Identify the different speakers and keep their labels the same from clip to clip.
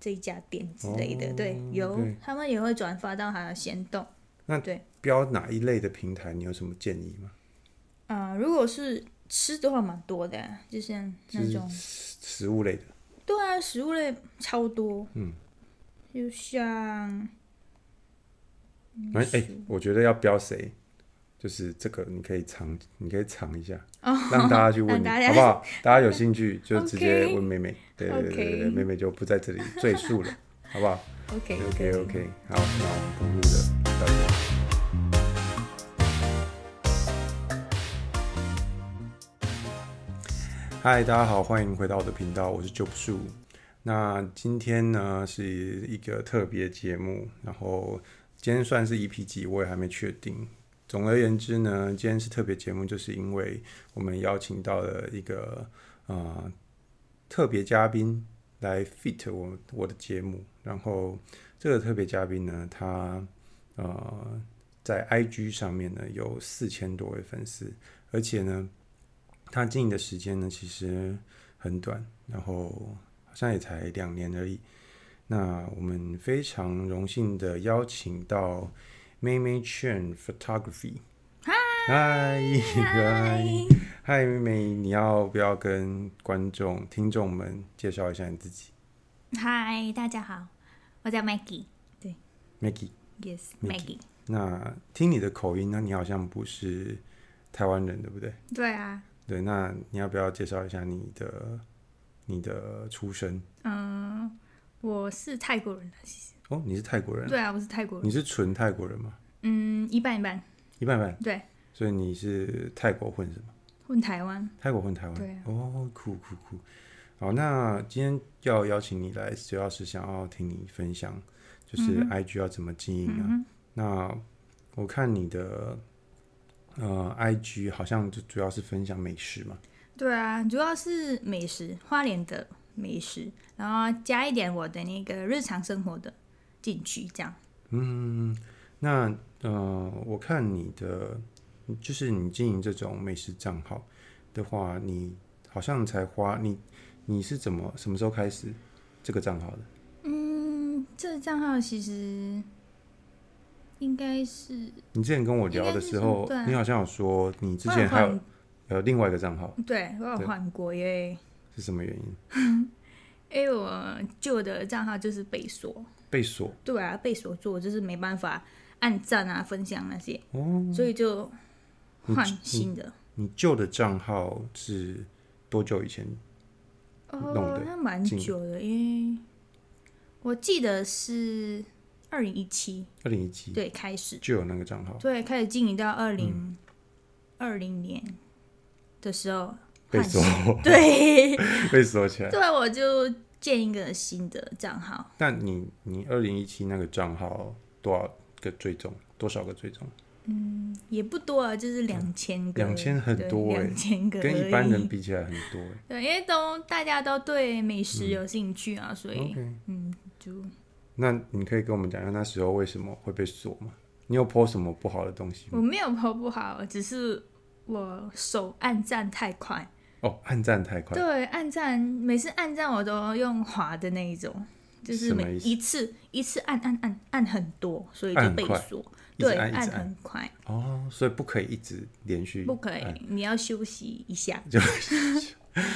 Speaker 1: 这一家店之类的。对，
Speaker 2: 哦
Speaker 1: 有
Speaker 2: 对
Speaker 1: 他们也会转发到他的行动。
Speaker 2: 标哪一类的平台？你有什么建议吗？
Speaker 1: 啊、如果是吃的话，蛮多的，就像
Speaker 2: 就
Speaker 1: 那
Speaker 2: 是
Speaker 1: 种，
Speaker 2: 食食物类的，
Speaker 1: 对啊，食物类超多。
Speaker 2: 嗯，
Speaker 1: 就像嗯
Speaker 2: 哎、哎，我觉得要标谁，就是这个你可以尝，你可以尝一下，让大家去问
Speaker 1: 让
Speaker 2: 你，
Speaker 1: 哦啊大家
Speaker 2: 好不好？大家有兴趣就直 接
Speaker 1: OK
Speaker 2: 问妹妹，对对对对对，
Speaker 1: OK
Speaker 2: 妹妹就不在这里赘述了，好不好
Speaker 1: OK
Speaker 2: ？OK OK，好，那我们公路的到这里。嗨，大家好，欢迎回到我的频道，我是九树。那今天呢是一个特别节目，然后今天算是 EP 几，我也还没确定。总而言之呢，今天是特别节目，就是因为我们邀请到了一个呃特别嘉宾来 fit 我我的节目。然后这个特别嘉宾呢，他呃在 IG 上面呢有四千多位粉丝，而且呢他经营的时间呢其实很短，然后好像也才两年而已。那我们非常荣幸的邀请到妹妹 Chen Photography。嗨嗨嗨，妹妹，你要不要跟观众、听众们介绍一下你自己
Speaker 3: 嗨，大家好，我叫 Maggie。
Speaker 2: ，Maggie？
Speaker 3: Yes, Maggie。
Speaker 2: Maggie 那听你的口音，那你好像不是台湾人，对不对？
Speaker 3: 对啊，
Speaker 2: 对，那你要不要介绍一下你的你的出身？
Speaker 3: 嗯，我是泰国人啊其实
Speaker 2: 哦，你是泰国人，
Speaker 3: 对啊，我是泰国人。
Speaker 2: 你是纯泰国人吗？
Speaker 3: 嗯，一半一半，
Speaker 2: 一半一半，
Speaker 3: 对，
Speaker 2: 所以你是泰国混是吗？
Speaker 3: 混台湾。
Speaker 2: 泰国混台湾，
Speaker 3: 对啊
Speaker 2: 哦，酷酷酷。好，那今天要邀请你来，主要是想要听你分享，就是
Speaker 3: 嗯
Speaker 2: IG 要怎么经营啊。那我看你的呃 IG 好像就主要是分享美食嘛，
Speaker 3: 对啊，主要是美食，花莲的美食，然后加一点我的那个日常生活的进去，这样。
Speaker 2: 嗯，那呃，我看你的，就是你经营这种美食账号的话，你好像才花你你是怎么什么时候开始这个账号的？
Speaker 3: 嗯，这账号其实应该是
Speaker 2: 你之前跟我聊的时候
Speaker 3: 应该是说，对啊
Speaker 2: 你好像有说你之
Speaker 3: 我
Speaker 2: 前
Speaker 3: 有
Speaker 2: 还有
Speaker 3: 换，
Speaker 2: 有另外一个账号，
Speaker 3: 对我有
Speaker 2: 对
Speaker 3: 换过耶，
Speaker 2: 是什么原因？
Speaker 3: 因为我旧的账号就是被锁。
Speaker 2: 被锁
Speaker 3: 对啊，被锁住，就是没办法按赞啊、分享那些，
Speaker 2: 哦。
Speaker 3: 所以就
Speaker 2: 你
Speaker 3: 换
Speaker 2: 你
Speaker 3: 新的。
Speaker 2: 你旧的账号是多久以前？弄
Speaker 3: 哦
Speaker 2: 得，
Speaker 3: 那蛮
Speaker 2: 近
Speaker 3: 久的，因为我记得是二零一七
Speaker 2: 二零一七
Speaker 3: 对开始，
Speaker 2: 就有那个账号
Speaker 3: 对开始经营到二
Speaker 2: 嗯
Speaker 3: 零二零年的时候
Speaker 2: 被
Speaker 3: 换
Speaker 2: 锁
Speaker 3: 新，，对
Speaker 2: 被锁起来。
Speaker 3: 对，我就建一个新的账号，
Speaker 2: 那你你二零一七那个账号多少个追踪？多少个追踪？
Speaker 3: 也不多啊，就是两千个，
Speaker 2: 2000很多欸
Speaker 3: 两千个
Speaker 2: 跟
Speaker 3: 而
Speaker 2: 一般
Speaker 3: 已
Speaker 2: 人比起来很多欸。
Speaker 3: 对，因为都大家都对美食有兴趣啊，所以
Speaker 2: 嗯 OK，
Speaker 3: 嗯，就
Speaker 2: 那你可以跟我们讲一下那时候为什么会被锁吗？你有 po 什么不好的东西
Speaker 3: 我
Speaker 2: 吗？
Speaker 3: 没有跑不好，只是我手按赞太快。
Speaker 2: 哦，按赞太
Speaker 3: 嗯
Speaker 2: 快，
Speaker 3: 对，按赞每次按赞我都用滑的那一种，就
Speaker 2: 什
Speaker 3: 是
Speaker 2: 么
Speaker 3: 每
Speaker 2: 意思
Speaker 3: 一次一次按按按按很多，所以
Speaker 2: 按
Speaker 3: 就
Speaker 2: 很
Speaker 3: 被
Speaker 2: 快
Speaker 3: 锁。
Speaker 2: 一直
Speaker 3: 对，
Speaker 2: 按一直按
Speaker 3: 很快，
Speaker 2: 哦，所以不可以一直连续，
Speaker 3: 不可以
Speaker 2: 按，
Speaker 3: 你要休息一下。
Speaker 2: 就
Speaker 3: 然后那时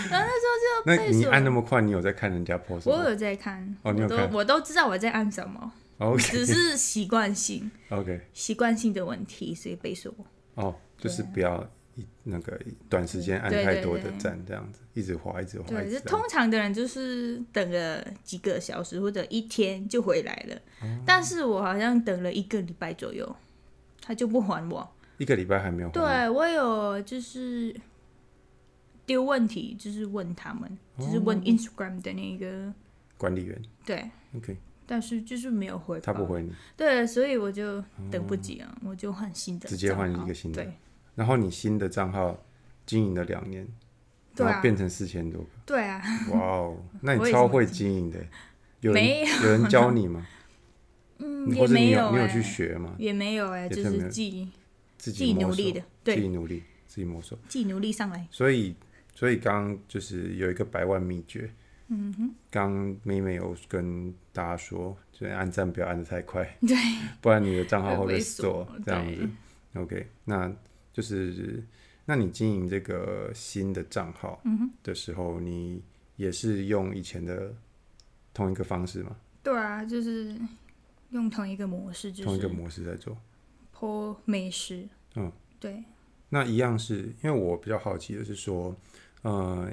Speaker 3: 候就
Speaker 2: 那
Speaker 3: 被
Speaker 2: 你
Speaker 3: 锁
Speaker 2: 按。那么快，你有在看人家 po 什
Speaker 3: 我
Speaker 2: 么
Speaker 3: 有在看，
Speaker 2: 哦你有
Speaker 3: 我都
Speaker 2: 看
Speaker 3: 我都知道我在按什 么，
Speaker 2: ？OK
Speaker 3: 只是习惯性
Speaker 2: OK，
Speaker 3: 习惯性的问题，所以被锁。
Speaker 2: 哦，就是不要一那个短时间按
Speaker 3: 对
Speaker 2: 太
Speaker 3: 对
Speaker 2: 多的
Speaker 3: 对
Speaker 2: 赞，这样子一直滑，一直滑，
Speaker 3: 对，
Speaker 2: 一
Speaker 3: 就
Speaker 2: 直
Speaker 3: 通
Speaker 2: 按。
Speaker 3: 常的人就是等了几个小时或者一天就回来了，
Speaker 2: 哦
Speaker 3: 但是我好像等了一个礼拜左右，他就不还我。
Speaker 2: 一个礼拜还没有回来，
Speaker 3: 对啊我有就是丢问题，就是问他们，
Speaker 2: 哦
Speaker 3: 就是问 Instagram 的那个，
Speaker 2: 管理员
Speaker 3: 对，
Speaker 2: OK，
Speaker 3: 但是就是没有回报，
Speaker 2: 他不。回你，
Speaker 3: 对，所以我就等不及了，啊我就换新的账号，
Speaker 2: 直接换一个新的
Speaker 3: 对，
Speaker 2: 然后你新的账号经营了两年，
Speaker 3: 对
Speaker 2: 然
Speaker 3: 啊
Speaker 2: 后，变成四千多个。
Speaker 3: 对啊，
Speaker 2: 哇 哦，那
Speaker 3: 我
Speaker 2: 你
Speaker 3: 也
Speaker 2: 超
Speaker 3: 是
Speaker 2: 会经营的欸，有人
Speaker 3: 没
Speaker 2: 有人教你吗？
Speaker 3: 嗯，
Speaker 2: 或
Speaker 3: 也
Speaker 2: 者你
Speaker 3: 没
Speaker 2: 有你有
Speaker 3: 哎、
Speaker 2: 去学吗？
Speaker 3: 也没有哎、
Speaker 2: 也
Speaker 3: 就是
Speaker 2: 没有
Speaker 3: 是自己
Speaker 2: 自
Speaker 3: 自己
Speaker 2: 摸
Speaker 3: 努
Speaker 2: 索
Speaker 3: 力的，
Speaker 2: 自己
Speaker 3: 对，
Speaker 2: 努力，自己摸索。
Speaker 3: 自己努力上来。
Speaker 2: 所以所以刚刚就是有一个百万秘诀，嗯哼，刚妹妹有跟大家说，就是按赞不要按的太快，
Speaker 3: 对，
Speaker 2: 不然你的账号会
Speaker 3: 会
Speaker 2: 被
Speaker 3: 被
Speaker 2: 锁
Speaker 3: 锁
Speaker 2: 这样子。OK，那就是那你经营这个新的账号
Speaker 3: 嗯
Speaker 2: 的时候，你也是用以前的同一个方式吗？
Speaker 3: 对啊，就是用同一个模式，就
Speaker 2: 同一个
Speaker 3: 是
Speaker 2: 模式在做？
Speaker 3: 剖美食。
Speaker 2: 嗯，
Speaker 3: 对，
Speaker 2: 那一样是因为我比较好奇的是说，呃，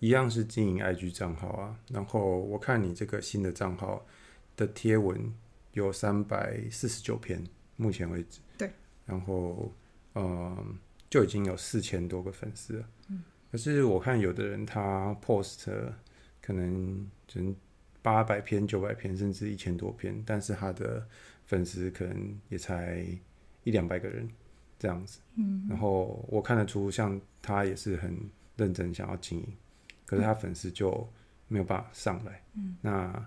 Speaker 2: 一样是经营 IG 账号啊，然后我看你这个新的账号的贴文有三百四十九篇，目前为止，
Speaker 3: 对，
Speaker 2: 然后呃就已经有四千多个粉丝了，可是我看有的人他 post 可能只八百篇、九百篇，甚至一千多篇，但是他的粉丝可能也才一两百个人这样子。然后我看得出，像他也是很认真想要经营，可
Speaker 3: 嗯
Speaker 2: 是他粉丝就没有办法上来。嗯，那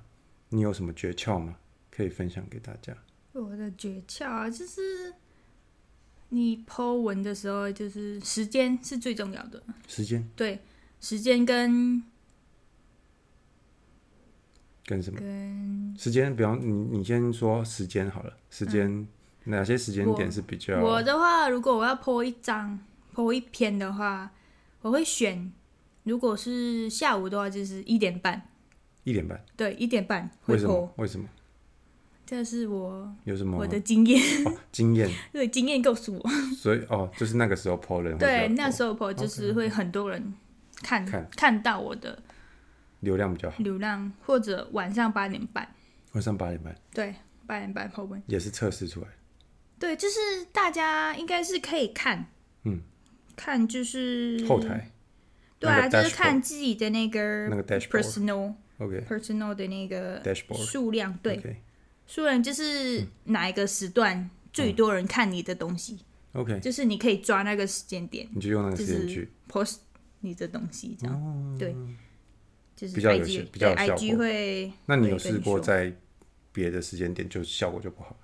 Speaker 2: 你有什么诀窍吗？可以分享给大家。
Speaker 3: 我的诀窍啊，就是你剖文的时候，就是时间是最重要的。
Speaker 2: 时间
Speaker 3: 对，时间跟
Speaker 2: 跟什么？
Speaker 3: 跟
Speaker 2: 时间，比方你你先说时间好了，时间、哪些时间点是比较
Speaker 3: 嗯我的话，如果我要剖一张、剖一篇的话，我会选，如果是下午的话，就是一点半。
Speaker 2: 一点半？
Speaker 3: 对，一点半会
Speaker 2: 为什
Speaker 3: 剖
Speaker 2: 么，？为什么？
Speaker 3: 这是我
Speaker 2: 有什么
Speaker 3: 我的经验，
Speaker 2: 哦经验？
Speaker 3: 对，经验告诉我，
Speaker 2: 所以哦，就是那个时候 PO 人会比较
Speaker 3: 对，那
Speaker 2: 多
Speaker 3: 时候剖就是会很多人看
Speaker 2: 看
Speaker 3: 看到我的
Speaker 2: 流量比较好，
Speaker 3: 流浪，或者晚上八点半，
Speaker 2: 晚上八点半
Speaker 3: 对，八点半剖文，
Speaker 2: 也是测试出来。
Speaker 3: 对，就是大家应该是可以看，
Speaker 2: 嗯，
Speaker 3: 看就是
Speaker 2: 后，台
Speaker 3: 对啊，
Speaker 2: 那个
Speaker 3: 就是
Speaker 2: dashboard
Speaker 3: 看自己的那个
Speaker 2: 那个 dashboard
Speaker 3: personal
Speaker 2: ，OK
Speaker 3: personal 的那个
Speaker 2: dashboard，
Speaker 3: 数量，嗯对，
Speaker 2: ，OK 嗯
Speaker 3: 数量就是哪一个时段最多人看你的东西，
Speaker 2: OK，
Speaker 3: 就是你可以抓那个时间点
Speaker 2: 你就用那个时间去，哦
Speaker 3: post 你的东西，这样，对，就是
Speaker 2: 比较有效
Speaker 3: IG
Speaker 2: 比较有
Speaker 3: 对
Speaker 2: 效
Speaker 3: IG
Speaker 2: 果
Speaker 3: 会
Speaker 2: 那你有
Speaker 3: 会跟
Speaker 2: 试过
Speaker 3: 说
Speaker 2: 在别的时间点就效果就不好？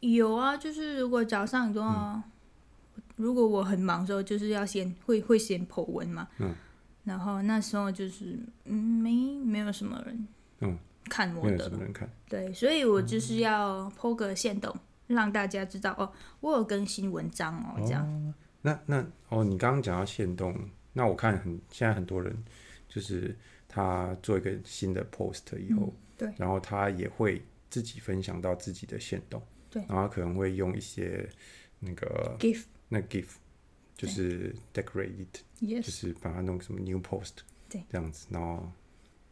Speaker 3: 有啊，就是如果早上的
Speaker 2: 嗯
Speaker 3: 话，如果我很忙的时候，就是要先会会先剖文嘛，
Speaker 2: 嗯，
Speaker 3: 然后那时候就是嗯没没有什么人，
Speaker 2: 嗯，
Speaker 3: 看我
Speaker 2: 没有
Speaker 3: 的
Speaker 2: 什，么人看。
Speaker 3: 对，所以我就是要剖个线动，让大家知道哦，我有更新文章哦，这样，
Speaker 2: 那那哦，你刚刚讲到限动，那我看很现在很多人就是他做一个新的 post 以后，
Speaker 3: 嗯对
Speaker 2: 然后他也会自己分享到自己的限动，
Speaker 3: 对
Speaker 2: 然后他可能会用一些那个
Speaker 3: Gif
Speaker 2: 那 gif，就是 decorate it，
Speaker 3: 也
Speaker 2: 就是是把它弄什么 new post，
Speaker 3: 对，
Speaker 2: 这样子，然后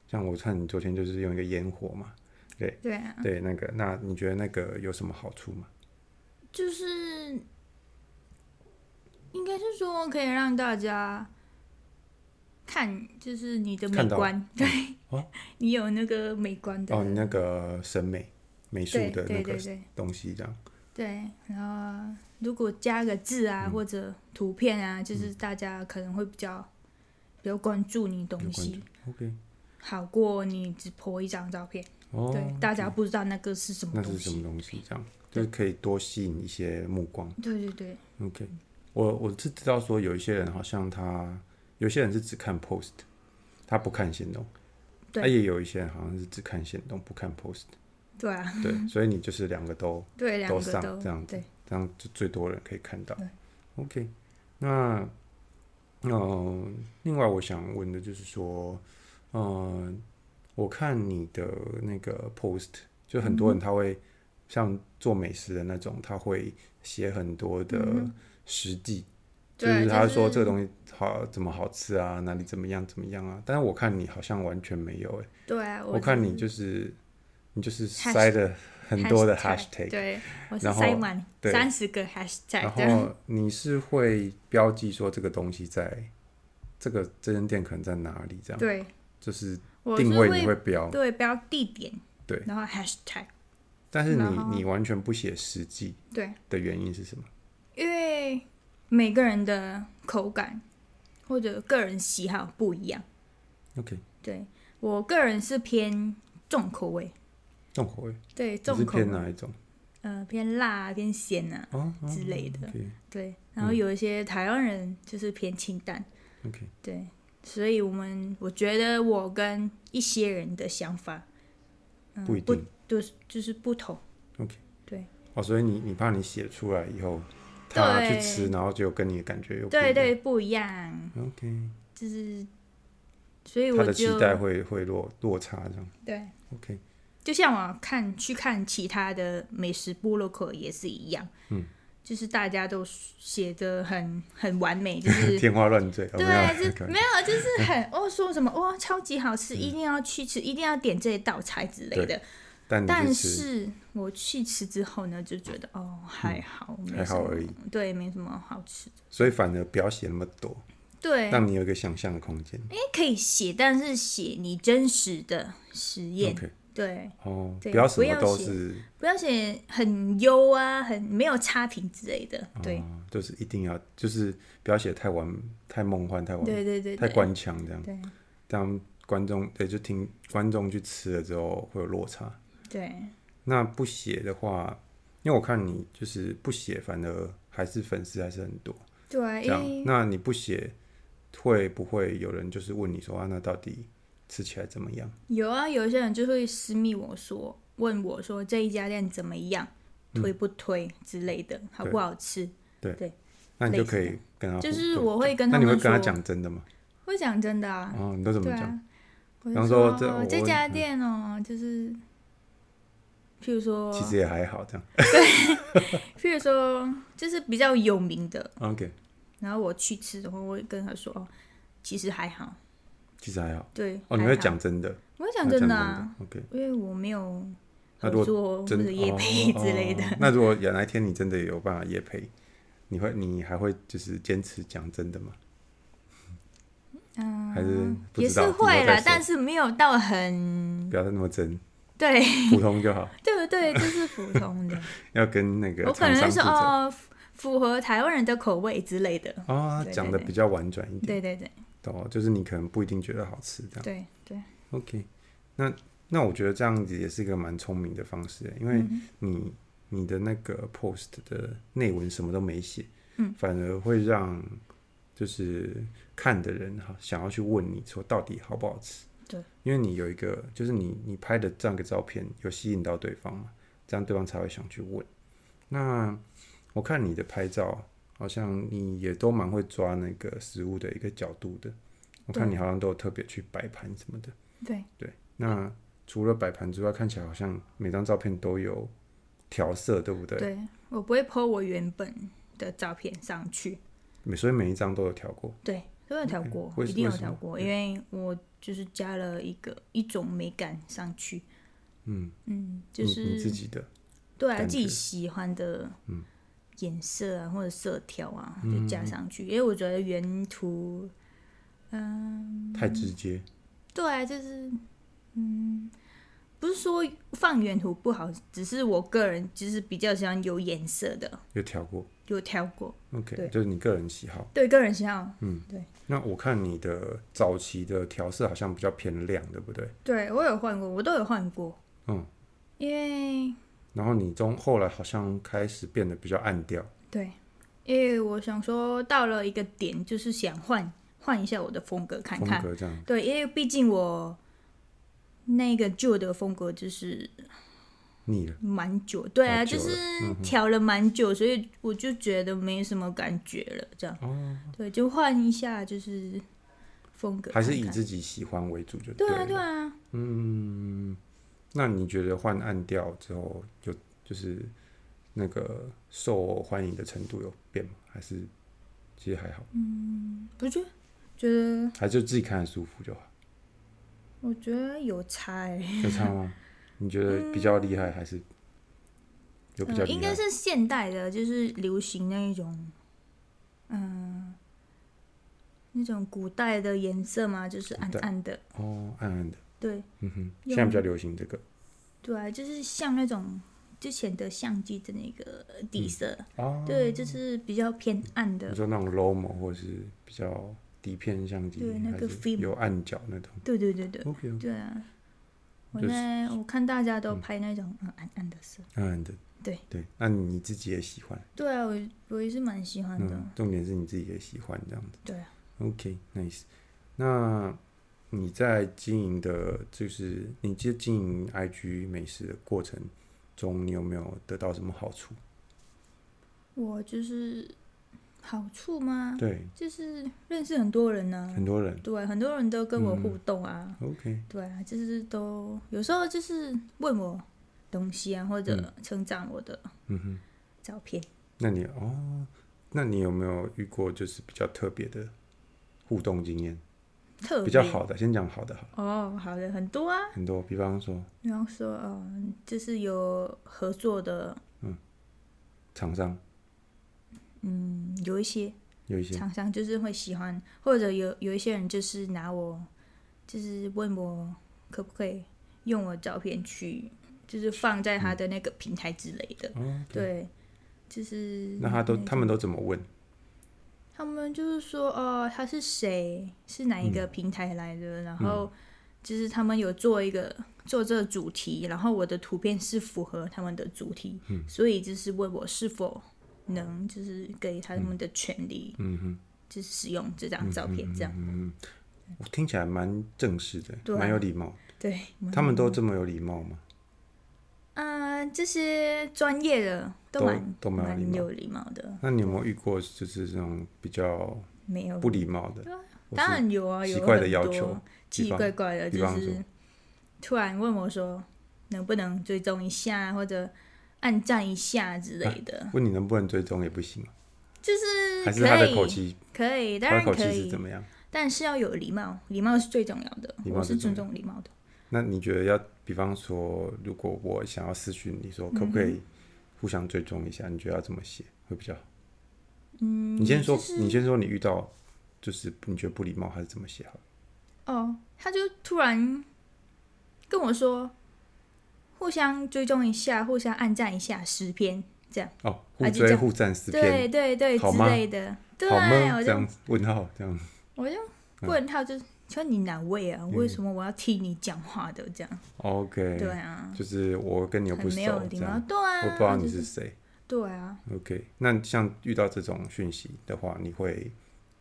Speaker 2: 像我看你昨天就是用一个烟火嘛，
Speaker 3: 对啊，
Speaker 2: 对，那个那你觉得那个有什么好处吗？
Speaker 3: 就是应该是说可以让大家看，就是你的美
Speaker 2: 看 到
Speaker 3: 观，对，
Speaker 2: 哦
Speaker 3: 你有那个美观的
Speaker 2: 哦，你那个审美美术
Speaker 3: 对
Speaker 2: 的那
Speaker 3: 对
Speaker 2: 个
Speaker 3: 对对
Speaker 2: 东西这样。
Speaker 3: 对，然后如果加个字
Speaker 2: 嗯
Speaker 3: 啊、或者图片啊，就是大家可能会比较比较关注你东西，
Speaker 2: OK，
Speaker 3: 好过你只 po 一张照片，
Speaker 2: 哦，
Speaker 3: 对，大家不知道那个是什么
Speaker 2: 那是
Speaker 3: 东
Speaker 2: 什么
Speaker 3: 西。
Speaker 2: 东西？这样就是可以多吸引一些目光。
Speaker 3: 对对对，
Speaker 2: OK，我我是知道说有一些人好像他有些人是只看 post，他不看行动。啊
Speaker 3: 对
Speaker 2: 他也有一些人好像是只看行动不看 post，
Speaker 3: 对啊，
Speaker 2: 对，所以你就是两个都
Speaker 3: 对两
Speaker 2: 都
Speaker 3: 个
Speaker 2: 上
Speaker 3: 都
Speaker 2: 这样子
Speaker 3: 对，
Speaker 2: 这样就最多人可以看到。OK，那呃，另外我想问的就是说，呃，我看你的那个 post，就很多人他会、像做美食的那种，他会写很多的实际。就
Speaker 3: 对啊
Speaker 2: 是他
Speaker 3: 就是
Speaker 2: 说这个东西好怎么好吃啊，哪里怎么样怎么样啊，但是我看你好像完全没有哎、
Speaker 3: 对啊，
Speaker 2: 我看你就是你就是塞了很多的 hashtag，
Speaker 3: 对，我是
Speaker 2: 然后
Speaker 3: 塞满
Speaker 2: 对
Speaker 3: 三十个
Speaker 2: 然
Speaker 3: hashtag 的，
Speaker 2: 后你是会标记说这个东西在这个这间店可能在哪里，这样
Speaker 3: 对，
Speaker 2: 就是
Speaker 3: 我是
Speaker 2: 定位你
Speaker 3: 会
Speaker 2: 会标，
Speaker 3: 对标地点，
Speaker 2: 对
Speaker 3: 然后 hashtag，
Speaker 2: 但是
Speaker 3: 然
Speaker 2: 你
Speaker 3: 后
Speaker 2: 你完全不写实际
Speaker 3: 对，
Speaker 2: 的原因是什么？
Speaker 3: 因为每个人的口感或者个人喜好不一样。
Speaker 2: OK
Speaker 3: 对我个人是偏重口味，
Speaker 2: 重口味，
Speaker 3: 对
Speaker 2: 你是
Speaker 3: 重口
Speaker 2: 偏
Speaker 3: 味，
Speaker 2: 哪一种？
Speaker 3: 呃，偏辣啊、偏咸啊
Speaker 2: 哦哦
Speaker 3: 之类的。
Speaker 2: ，OK
Speaker 3: 对，然后有一些台湾人就是偏清淡，
Speaker 2: OK，
Speaker 3: 对，所以我们我觉得我跟一些人的想法
Speaker 2: 不一
Speaker 3: 嗯不
Speaker 2: 定
Speaker 3: 就是就是不同。
Speaker 2: OK
Speaker 3: 对
Speaker 2: 哦，所以你你怕你写出来以后，他去
Speaker 3: 对
Speaker 2: 吃，然后就跟你的感觉又不一
Speaker 3: 对
Speaker 2: 样
Speaker 3: 对不一样，
Speaker 2: ，OK，
Speaker 3: 就是所以
Speaker 2: 他
Speaker 3: 我
Speaker 2: 的期
Speaker 3: 就
Speaker 2: 待会会落落差这样
Speaker 3: 对，
Speaker 2: ，OK，
Speaker 3: 就像我看去看其他的美食部落客也是一样，
Speaker 2: 嗯，
Speaker 3: 就是大家都写的很很完美，就是
Speaker 2: 天花乱坠，哦没有啦
Speaker 3: 对，
Speaker 2: 开
Speaker 3: 就
Speaker 2: 玩
Speaker 3: 没有，就是 很哦，说什么哇，超级好
Speaker 2: 嗯
Speaker 3: 吃，一定要去吃，一定要点这一道菜之类的。
Speaker 2: 但你
Speaker 3: 但
Speaker 2: 去吃嗯
Speaker 3: 是我去吃之后呢，就觉得哦，还好，没
Speaker 2: 还
Speaker 3: 什
Speaker 2: 好
Speaker 3: 么
Speaker 2: 而已，
Speaker 3: 对，没什么好吃的。
Speaker 2: 所以反而不要写那么多，
Speaker 3: 对，
Speaker 2: 让你有一个想象的空间
Speaker 3: 哎可以写，但是写你真实的实验，
Speaker 2: ，OK，
Speaker 3: 对，
Speaker 2: 哦，
Speaker 3: 对
Speaker 2: 不要什
Speaker 3: 不
Speaker 2: 么
Speaker 3: 要
Speaker 2: 都
Speaker 3: 写
Speaker 2: 是，
Speaker 3: 不要写很优啊，很没有差评之类的，对，
Speaker 2: 哦，就是一定要，就是不要写太完、太梦幻、太完、
Speaker 3: 对对对
Speaker 2: 哦太
Speaker 3: 对，
Speaker 2: 官腔这样，
Speaker 3: 对
Speaker 2: 这样观众对就听观众去吃了之后会有落差。
Speaker 3: 对，
Speaker 2: 那不写的话，因为我看你就是不写，反而还是粉丝还是很多。
Speaker 3: 对，啊
Speaker 2: 这样，
Speaker 3: 因为
Speaker 2: 那你不写，会不会有人就是问你说啊，那到底吃起来怎么样？
Speaker 3: 有啊，有一些人就会私密我说，问我说这一家店怎么样，推不推之类的，好不好吃？
Speaker 2: 那你就可
Speaker 3: 类
Speaker 2: 以跟他互
Speaker 3: 就是
Speaker 2: 动
Speaker 3: 我会跟
Speaker 2: 那
Speaker 3: 他
Speaker 2: 你会
Speaker 3: 们
Speaker 2: 跟他
Speaker 3: 说，
Speaker 2: 讲真的吗？
Speaker 3: 会讲真的啊，
Speaker 2: 哦，你都怎么
Speaker 3: 对
Speaker 2: 讲？
Speaker 3: 啊，我
Speaker 2: 然
Speaker 3: 就
Speaker 2: 后
Speaker 3: 说
Speaker 2: 说这
Speaker 3: 哦
Speaker 2: 我
Speaker 3: 这
Speaker 2: 问
Speaker 3: 家
Speaker 2: 嗯
Speaker 3: 店哦，就是，譬如说，
Speaker 2: 其实也还好这样。
Speaker 3: 譬如说，就是比较有名的，
Speaker 2: OK，
Speaker 3: 然后我去吃的话，我会跟他说，哦，其实还好，
Speaker 2: 其实还好。
Speaker 3: 对，
Speaker 2: 哦，你
Speaker 3: 还
Speaker 2: 会
Speaker 3: 好，
Speaker 2: 讲真的，
Speaker 3: 我会讲真的
Speaker 2: 啊
Speaker 3: 啊，
Speaker 2: ，OK，
Speaker 3: 因为我没有
Speaker 2: 那
Speaker 3: 合
Speaker 2: 如果
Speaker 3: 作或
Speaker 2: 真
Speaker 3: 者业配
Speaker 2: 哦
Speaker 3: 之类的
Speaker 2: 哦，哦那如果有哪一天你真的有办法夜配，你会你还会就是坚持讲真的吗？
Speaker 3: 嗯，
Speaker 2: 还是不
Speaker 3: 也
Speaker 2: 知道
Speaker 3: 是会啦，但
Speaker 2: 是
Speaker 3: 是没有到很
Speaker 2: 不要那么真，
Speaker 3: 对
Speaker 2: 普通就 好，
Speaker 3: 对不对，就是普通 的。
Speaker 2: 要跟那个
Speaker 3: 我可
Speaker 2: 厂
Speaker 3: 能
Speaker 2: 商
Speaker 3: 会
Speaker 2: 负
Speaker 3: 说
Speaker 2: 责。
Speaker 3: 哦，符符合台湾人的口味之类的。
Speaker 2: 哦，
Speaker 3: 对对
Speaker 2: 讲的
Speaker 3: 对
Speaker 2: 比较婉转一
Speaker 3: 对
Speaker 2: 点，
Speaker 3: 对对
Speaker 2: 哦，就是你可能不一定觉得好吃这样。
Speaker 3: 对对，
Speaker 2: OK，那那我觉得这样子也是一个蛮聪明的方式，因为
Speaker 3: 嗯
Speaker 2: 你你的那个 post 的内文什么都没写，
Speaker 3: 嗯
Speaker 2: 反而会让就是看的人哈想要去问你说到底好不好吃，
Speaker 3: 对，
Speaker 2: 因为你有一个就是你你拍的这样一个照片有吸引到对方嘛，这样对方才会想去问。那我看你的拍照，好像你也都蛮会抓那个食物的一个角度的，我看
Speaker 3: 对
Speaker 2: 你好像都有特别去摆盘什么的。
Speaker 3: 对
Speaker 2: 对，那除了摆盘之外，看起来好像每张照片都有调色，对不对？
Speaker 3: 对，我不会 po 我原本的照片上去，
Speaker 2: 每所以每一张都有调过。
Speaker 3: 对，都有调过
Speaker 2: 嗯 OK，为，
Speaker 3: 一定
Speaker 2: 为
Speaker 3: 有
Speaker 2: 什么嗯
Speaker 3: 调过，因为我就是加了一个一种美感上去。
Speaker 2: 嗯，
Speaker 3: 嗯，就
Speaker 2: 你你自
Speaker 3: 是
Speaker 2: 己的
Speaker 3: 对啊，
Speaker 2: 感
Speaker 3: 自己
Speaker 2: 觉
Speaker 3: 喜欢的
Speaker 2: 嗯
Speaker 3: 颜色啊，或者色调啊，就加上去。因为我觉得原图，嗯，
Speaker 2: 太直接，
Speaker 3: 对啊，就是嗯，不是说放原图不好，只是我个人就是比较喜欢有颜色的，
Speaker 2: 有调过。
Speaker 3: 有挑过，
Speaker 2: OK，
Speaker 3: 对
Speaker 2: 就是你个人喜好。
Speaker 3: 对个人喜好。
Speaker 2: 嗯那我看你的早期的调色好像比较偏亮，对不对？
Speaker 3: 对我有换过，我都有换过，
Speaker 2: 嗯，
Speaker 3: 因为
Speaker 2: 然后你中后来好像开始变得比较暗调。
Speaker 3: 对，因为我想说到了一个点，就是想换换一下我的风格看
Speaker 2: 风
Speaker 3: 看。
Speaker 2: 格这样，
Speaker 3: 对，因为毕竟我那个旧的风格就是
Speaker 2: 腻了。
Speaker 3: 蛮久，对啊，
Speaker 2: 蛮久
Speaker 3: 就
Speaker 2: 了嗯
Speaker 3: 是调了蛮久，所以我就觉得没什么感觉了，这样。
Speaker 2: 哦，
Speaker 3: 对，就换一下就是风格看
Speaker 2: 还
Speaker 3: 看，
Speaker 2: 是以自己喜欢为主就
Speaker 3: 对啊
Speaker 2: 了
Speaker 3: 对啊，
Speaker 2: 嗯，那你觉得换暗调之后，就就是那个受欢迎的程度有变吗？还是其实还好，
Speaker 3: 嗯不觉觉得
Speaker 2: 还就自己看得舒服就好，
Speaker 3: 我觉得有差欸，
Speaker 2: 有差吗？你觉得比较厉害还是有比较
Speaker 3: 嗯，
Speaker 2: 厉
Speaker 3: 应
Speaker 2: 害
Speaker 3: 该？是现代的，就是流行那一种，嗯、那种古代的颜色嘛，就是暗
Speaker 2: 古代
Speaker 3: 暗的，
Speaker 2: 哦，暗暗的，
Speaker 3: 对
Speaker 2: 嗯哼，
Speaker 3: 有
Speaker 2: 现在比较流行这个
Speaker 3: 对啊，就是像那种之前的相机的那个底色，
Speaker 2: 哦。
Speaker 3: 对，就是比较偏暗的
Speaker 2: 你，说那种 Lomo 或是比较底片相机，
Speaker 3: 对那
Speaker 2: 还
Speaker 3: 个
Speaker 2: 是
Speaker 3: film
Speaker 2: 有暗角那种
Speaker 3: 对对对对
Speaker 2: ？OK，哦
Speaker 3: 对啊。我
Speaker 2: 嗯就是
Speaker 3: 呢，我看大家都拍那种嗯暗暗的色，
Speaker 2: 暗暗的，
Speaker 3: 对
Speaker 2: 对，那你自己也喜欢。
Speaker 3: 对啊，我我也是蛮喜欢的。
Speaker 2: 嗯嗯，重点是你自己也喜欢这样子。
Speaker 3: 对啊。
Speaker 2: OK，nice、那你在经营的，就是你接经营 IG 美食的过程中，你有没有得到什么好处？
Speaker 3: 我就是好处吗？
Speaker 2: 对，
Speaker 3: 就是认识很多人呢、
Speaker 2: 很多人
Speaker 3: 对，很多人都跟我
Speaker 2: 嗯
Speaker 3: 互动啊，
Speaker 2: OK，
Speaker 3: 对啊，就是都有时候就是问我东西啊，或者称赞我的
Speaker 2: 嗯哼，
Speaker 3: 照片。
Speaker 2: 那你哦，那你有没有遇过就是比较特别的互动经验？
Speaker 3: 特别
Speaker 2: 比较好的，先讲好的好了，
Speaker 3: 哦，好的，很多啊。
Speaker 2: 很多，比方说
Speaker 3: 然后说，嗯，就是有合作的，
Speaker 2: 厂商
Speaker 3: 嗯，有一些
Speaker 2: 有一些
Speaker 3: 厂商就是会喜欢，或者有有一些人就是拿我，就是问我可不可以用我照片去，就是放
Speaker 2: 嗯
Speaker 3: 在他的那个平台之类的。
Speaker 2: 哦，
Speaker 3: 对，就是
Speaker 2: 那他都
Speaker 3: 那
Speaker 2: 他们都怎么问？
Speaker 3: 他们就是说，哦，他是谁，是哪一个平台来的，
Speaker 2: 嗯
Speaker 3: 然后就是他们有做一个做这个主题，然后我的图片是符合他们的主题，
Speaker 2: 嗯
Speaker 3: 所以就是问我是否能就是给他们的权利，
Speaker 2: 嗯哼，嗯
Speaker 3: 就是使用这张照片，这样、
Speaker 2: 我听起来蛮正式的，
Speaker 3: 对啊
Speaker 2: 蛮有礼貌。
Speaker 3: 对。
Speaker 2: 他们都这么有礼貌吗？
Speaker 3: 嗯、这些专业的都
Speaker 2: 都
Speaker 3: 蛮
Speaker 2: 都蛮有礼
Speaker 3: 蛮
Speaker 2: 貌
Speaker 3: 有礼貌的，
Speaker 2: 那你有没有遇过就是这种比较
Speaker 3: 没有
Speaker 2: 不礼貌的？或
Speaker 3: 啊当
Speaker 2: 是
Speaker 3: 然有啊，有
Speaker 2: 奇怪的
Speaker 3: 很
Speaker 2: 要
Speaker 3: 多
Speaker 2: 求
Speaker 3: 奇
Speaker 2: 比方
Speaker 3: 怪怪的，
Speaker 2: 比
Speaker 3: 就
Speaker 2: 方
Speaker 3: 是
Speaker 2: 说
Speaker 3: 突然问我说能不能追踪一下，或者按赞一下之类的，
Speaker 2: 问你能不能追踪也不行啊，
Speaker 3: 就是
Speaker 2: 还是他
Speaker 3: 可
Speaker 2: 的口
Speaker 3: 以，
Speaker 2: 气，
Speaker 3: 嗯可以，当
Speaker 2: 他的
Speaker 3: 然
Speaker 2: 口
Speaker 3: 可
Speaker 2: 气是
Speaker 3: 以
Speaker 2: 怎，么样？
Speaker 3: 但是要有礼貌，礼貌是最重要的，
Speaker 2: 礼貌
Speaker 3: 我
Speaker 2: 最
Speaker 3: 是尊
Speaker 2: 重
Speaker 3: 重礼貌的。
Speaker 2: 那你觉得要，比方说，如果我想要私讯你说可不可以互相追踪一下，你觉得要怎么写会比较好？嗯，你先说，
Speaker 3: 就是
Speaker 2: 你先说你遇到就是你觉得不礼貌还是怎么写好？
Speaker 3: 哦，他就突然跟我说，互相追踪一下，互相按赞一下，十篇这样，
Speaker 2: 哦，
Speaker 3: 啊
Speaker 2: 互
Speaker 3: 就
Speaker 2: 追
Speaker 3: 这样
Speaker 2: 互赞四
Speaker 3: 对
Speaker 2: 篇，
Speaker 3: 对对
Speaker 2: 好
Speaker 3: 之
Speaker 2: 吗
Speaker 3: 类的，对，
Speaker 2: 好吗？
Speaker 3: 我
Speaker 2: 这
Speaker 3: 就
Speaker 2: 样问号这样，
Speaker 3: 我就
Speaker 2: 嗯
Speaker 3: 问他，就是请问你哪位啊？为什么我要替你讲话的这样？
Speaker 2: OK，
Speaker 3: 对啊，
Speaker 2: 就是我跟你又不
Speaker 3: 很
Speaker 2: 熟
Speaker 3: 没有，
Speaker 2: 这
Speaker 3: 礼貌
Speaker 2: 样，。
Speaker 3: 对啊，
Speaker 2: 我不知道你
Speaker 3: 就是
Speaker 2: 谁。
Speaker 3: 对啊，
Speaker 2: OK，那像遇到这种讯息的话，你会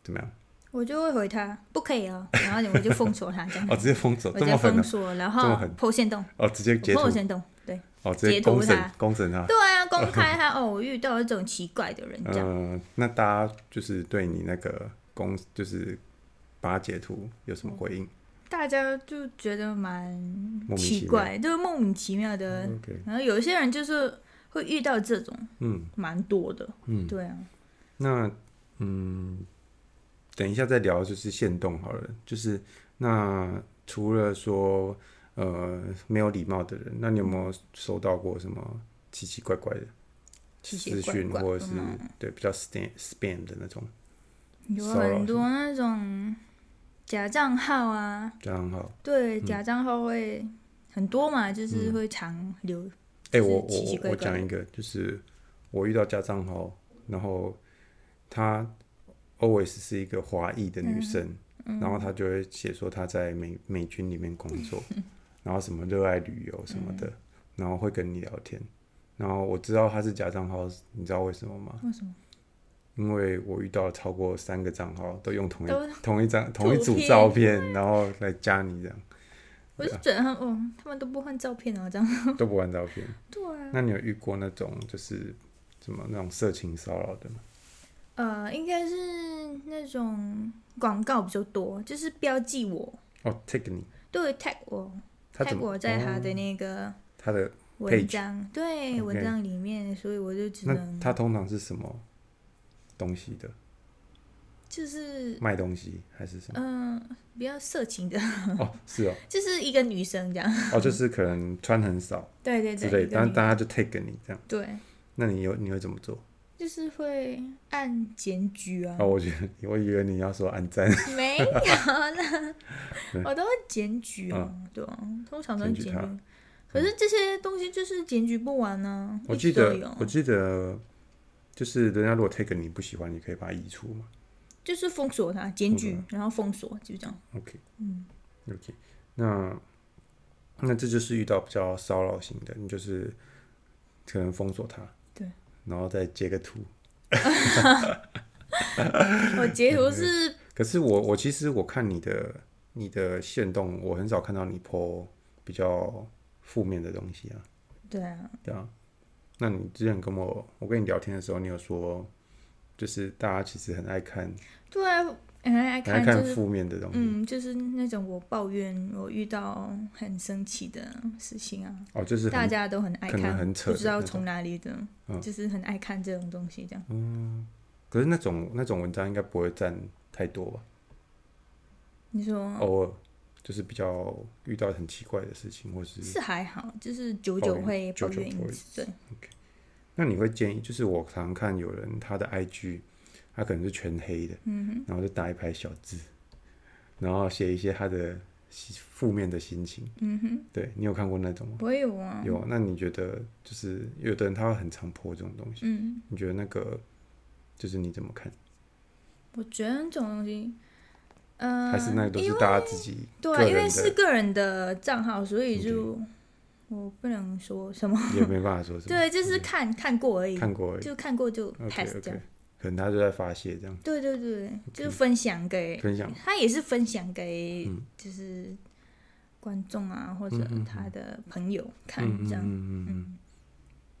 Speaker 2: 怎么样？
Speaker 3: 我就会回他不可以哦，然后我就封锁他这样
Speaker 2: 哦，，直接封锁，
Speaker 3: 嗯我
Speaker 2: 这
Speaker 3: 就
Speaker 2: 么狠
Speaker 3: 封
Speaker 2: 啊！
Speaker 3: 锁，然
Speaker 2: 这么
Speaker 3: 后
Speaker 2: 狠
Speaker 3: 破线动，
Speaker 2: 哦，直接截图
Speaker 3: 破，线动，对
Speaker 2: 哦，直接
Speaker 3: 截图
Speaker 2: 公审
Speaker 3: 他
Speaker 2: 公审他。
Speaker 3: 对啊，公开他哦，我遇到这种奇怪的人这样，
Speaker 2: 嗯、那大家就是对你那个公，就是把它截图有
Speaker 3: 嗯
Speaker 2: 什么回应？
Speaker 3: 大家就觉得蛮
Speaker 2: 莫名其
Speaker 3: 奇
Speaker 2: 妙。嗯
Speaker 3: 怪，就是莫名其妙的，
Speaker 2: OK，
Speaker 3: 然后有些人就是会遇到这种
Speaker 2: 嗯
Speaker 3: 蛮多的，
Speaker 2: 嗯，
Speaker 3: 对啊，
Speaker 2: 那嗯，等一下再聊就是限动好了，就是那除了说呃没有礼貌的人，那你有没有收到过什么奇奇怪怪的？
Speaker 3: 奇奇
Speaker 2: 私
Speaker 3: 怪
Speaker 2: 讯
Speaker 3: 怪
Speaker 2: 或者是
Speaker 3: 嗯
Speaker 2: 对比较 spam spam 的那种
Speaker 3: 有
Speaker 2: 骚扰
Speaker 3: 很多那种假账号啊，
Speaker 2: 账号。
Speaker 3: 对，
Speaker 2: 嗯
Speaker 3: 假账号会很多嘛，就是会常留。
Speaker 2: 哎、
Speaker 3: 就是
Speaker 2: 我我
Speaker 3: 奇奇
Speaker 2: 我
Speaker 3: 怪
Speaker 2: 我
Speaker 3: 怪
Speaker 2: 讲一个，就是我遇到家账号，然后她 always 是一个华裔的
Speaker 3: 嗯
Speaker 2: 女生，然后她就会写说她在美美军里面工 作，然后什么热爱旅游什么
Speaker 3: 嗯
Speaker 2: 的，然后会跟你聊天。然后我知道她是假账号，你知道为什么吗？
Speaker 3: 为什么？
Speaker 2: 因为我遇到超过三个账号都用同一
Speaker 3: 都
Speaker 2: 同一 张同一
Speaker 3: 图
Speaker 2: 组
Speaker 3: 片
Speaker 2: 照片，然后来加你这样。
Speaker 3: 我就
Speaker 2: 啊
Speaker 3: 觉得他们，哦，他们都不换照片啊，这样。
Speaker 2: 都不玩照片。
Speaker 3: 对啊，
Speaker 2: 那你有遇过那种就是什么那种色情骚扰的吗？
Speaker 3: 呃，应该是那种广告比较多，就是标记我，
Speaker 2: 哦，take 你，
Speaker 3: 对，tag 我
Speaker 2: 他怎
Speaker 3: ，tag
Speaker 2: 么？
Speaker 3: 我在他
Speaker 2: 哦、
Speaker 3: 的那个
Speaker 2: 他的
Speaker 3: 文
Speaker 2: page
Speaker 3: 章，对
Speaker 2: OK
Speaker 3: 文章里面，所以我就只
Speaker 2: 那
Speaker 3: 能
Speaker 2: 他通常是什么东西的？
Speaker 3: 就是
Speaker 2: 卖东西还 是什么？
Speaker 3: 嗯、比较色情的，
Speaker 2: 哦，是哦，
Speaker 3: 就是一个女生这样。
Speaker 2: 哦，就是可能穿很少
Speaker 3: 对对
Speaker 2: 之
Speaker 3: 对，
Speaker 2: 类
Speaker 3: 一
Speaker 2: 的，
Speaker 3: 个
Speaker 2: 但
Speaker 3: 女
Speaker 2: 大家就 take 你这样。
Speaker 3: 对。
Speaker 2: 那你有你会怎么做？
Speaker 3: 就是会按检举啊，
Speaker 2: 哦，我觉得我以为你要说按赞，
Speaker 3: 没有啦
Speaker 2: 对，嗯
Speaker 3: 我都会检举啊，对啊，通常都会
Speaker 2: 检举
Speaker 3: 检
Speaker 2: 他
Speaker 3: 举。可是这些东西就是检举不完呢、啊，
Speaker 2: 嗯我
Speaker 3: 一
Speaker 2: 记
Speaker 3: 直都
Speaker 2: 得
Speaker 3: 有
Speaker 2: 我记得就是人家如果 take 你不喜欢，你可以把它移除嘛。
Speaker 3: 就是封锁他，检举
Speaker 2: 嗯
Speaker 3: 然后封锁，就这样。
Speaker 2: OK，
Speaker 3: 嗯，
Speaker 2: OK，那那这就是遇到比较骚扰型的，你就是可能封锁他，
Speaker 3: 对，
Speaker 2: 然后再截个图，
Speaker 3: 哦 我截图是
Speaker 2: 可是我我其实我看你的你的线动，我很少看到你 po 比较负面的东西啊。
Speaker 3: 对啊，
Speaker 2: 对啊，那你之前跟我我跟你聊天的时候，你有说，就是大家其实很爱看，
Speaker 3: 对啊，很爱
Speaker 2: 很爱
Speaker 3: 看
Speaker 2: 看
Speaker 3: 就是
Speaker 2: 负面的东西。
Speaker 3: 嗯，就是那种我抱怨我遇到很生气的事情啊，
Speaker 2: 哦，就是
Speaker 3: 大
Speaker 2: 很
Speaker 3: 家都很爱
Speaker 2: 可能
Speaker 3: 看，
Speaker 2: 很扯
Speaker 3: 不
Speaker 2: 的
Speaker 3: 知道
Speaker 2: 那种
Speaker 3: 从哪里的，
Speaker 2: 嗯
Speaker 3: 就是很爱看这种东西这样。
Speaker 2: 可是那种那种文章应该不会占太多吧？
Speaker 3: 你说
Speaker 2: 偶尔就是比较遇到很奇怪的事情，或是
Speaker 3: 是还好，就是久
Speaker 2: 抱
Speaker 3: 久
Speaker 2: 怨
Speaker 3: 会
Speaker 2: 久
Speaker 3: 抱
Speaker 2: 久
Speaker 3: 怨
Speaker 2: 抱
Speaker 3: 一
Speaker 2: 怨
Speaker 3: 次，对，
Speaker 2: 那你会建议，就是我常看有人他的 IG，他可能是全黑的，嗯，然后就打一排小字，然后写一些他的喜负面的心情，
Speaker 3: 嗯哼，
Speaker 2: 对你有看过那种吗？
Speaker 3: 我也有啊，
Speaker 2: 有，那你觉得就是有的人他会很常泼这种东西，
Speaker 3: 嗯，
Speaker 2: 你觉得那个就是你怎么看？
Speaker 3: 我觉得这种东西，嗯、
Speaker 2: 还是那个都是大家自己
Speaker 3: 对啊，
Speaker 2: 个
Speaker 3: 因为
Speaker 2: 人
Speaker 3: 是
Speaker 2: 的，
Speaker 3: 个人的账号，所以
Speaker 2: OK
Speaker 3: 就我不能说什么。
Speaker 2: 也没办法说什么，
Speaker 3: 对，就是看看过而已，
Speaker 2: 看过而已
Speaker 3: 就看过就 pass
Speaker 2: ，OK
Speaker 3: 掉。
Speaker 2: OK，可能他就在发泄这样
Speaker 3: 对对对，就是分享给
Speaker 2: 分享，
Speaker 3: 他也是分享给
Speaker 2: 嗯
Speaker 3: 就是观众啊，或者
Speaker 2: 嗯嗯嗯
Speaker 3: 他的朋友看
Speaker 2: 嗯嗯
Speaker 3: 这
Speaker 2: 嗯
Speaker 3: 样。
Speaker 2: 嗯嗯，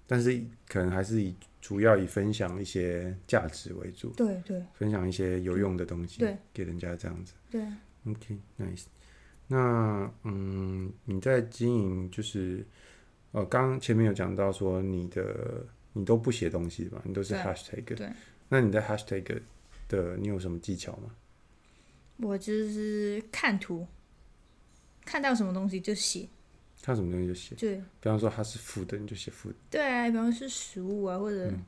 Speaker 2: 但是可能还是以主要以分享一些价值为主。
Speaker 3: 对对
Speaker 2: 分享一些有用的东西，
Speaker 3: 对，
Speaker 2: 给人家这样子。
Speaker 3: 对，
Speaker 2: OK，nice。那嗯，你在经营就是呃，刚刚前面有讲到说你的你都不写东西吧，你都是
Speaker 3: 对
Speaker 2: hashtag。
Speaker 3: 对。
Speaker 2: 那你在 hashtag 的你有什么技巧吗？
Speaker 3: 我就是看图，看到什么东西就写。
Speaker 2: 看什么东西就写，
Speaker 3: 对
Speaker 2: 比方说它是负的，你就写负的，
Speaker 3: 对啊，比方说食物啊，或者
Speaker 2: 嗯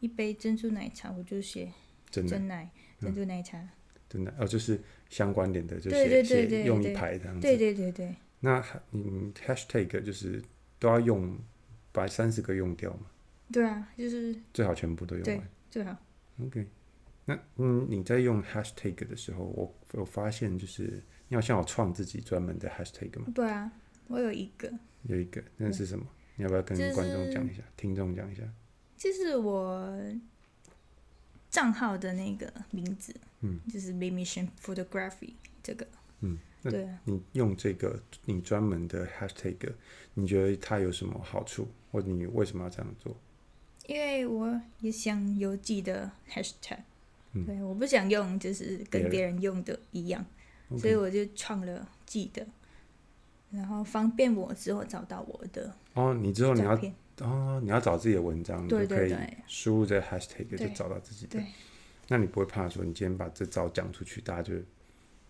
Speaker 3: 一杯珍珠奶茶，我就写
Speaker 2: 真的
Speaker 3: 真奶珍
Speaker 2: 嗯
Speaker 3: 珠奶茶。
Speaker 2: 真的哦，就是相关联的就
Speaker 3: 对对
Speaker 2: 写
Speaker 3: 对
Speaker 2: 写
Speaker 3: 对
Speaker 2: 用一
Speaker 3: 对
Speaker 2: 排这样子。
Speaker 3: 对对对对，
Speaker 2: 那你 hashtag 就是都要用把三十个用掉嘛，
Speaker 3: 对啊，就是
Speaker 2: 最好全部都用
Speaker 3: 对
Speaker 2: 完。
Speaker 3: 最好。
Speaker 2: OK，那嗯，你在用 hashtag 的时候，我我发现就是你好像有创自己专门的 hashtag 嘛，
Speaker 3: 对啊，我有一个，
Speaker 2: 有一个那是什么？你要不要跟
Speaker 3: 就是
Speaker 2: 观众讲一下，听众讲一下？
Speaker 3: 就是我账号的那个名字，
Speaker 2: 嗯，
Speaker 3: 就是 b a Mission Photography 这个。
Speaker 2: 嗯，那
Speaker 3: 对啊，
Speaker 2: 你用这个你专门的 hashtag，你觉得它有什么好处，或者你为什么要这样做？
Speaker 3: 因为我也想有自己的 hashtag，、
Speaker 2: 嗯
Speaker 3: 对，我不想用就是
Speaker 2: 别
Speaker 3: 跟
Speaker 2: 人
Speaker 3: 别人用的一样，
Speaker 2: 嗯 OK
Speaker 3: 所以我就创了自己的，然后方便我之后找到我的
Speaker 2: 哦，你之后你
Speaker 3: 照
Speaker 2: 要
Speaker 3: 片。
Speaker 2: 哦，你要找自己的文章，你
Speaker 3: 对
Speaker 2: 就
Speaker 3: 对
Speaker 2: 可以
Speaker 3: 对
Speaker 2: 输入这个 hashtag 就
Speaker 3: 对
Speaker 2: 找到自己的
Speaker 3: 对。
Speaker 2: 那你不会怕说你今天把这招讲出去，大家就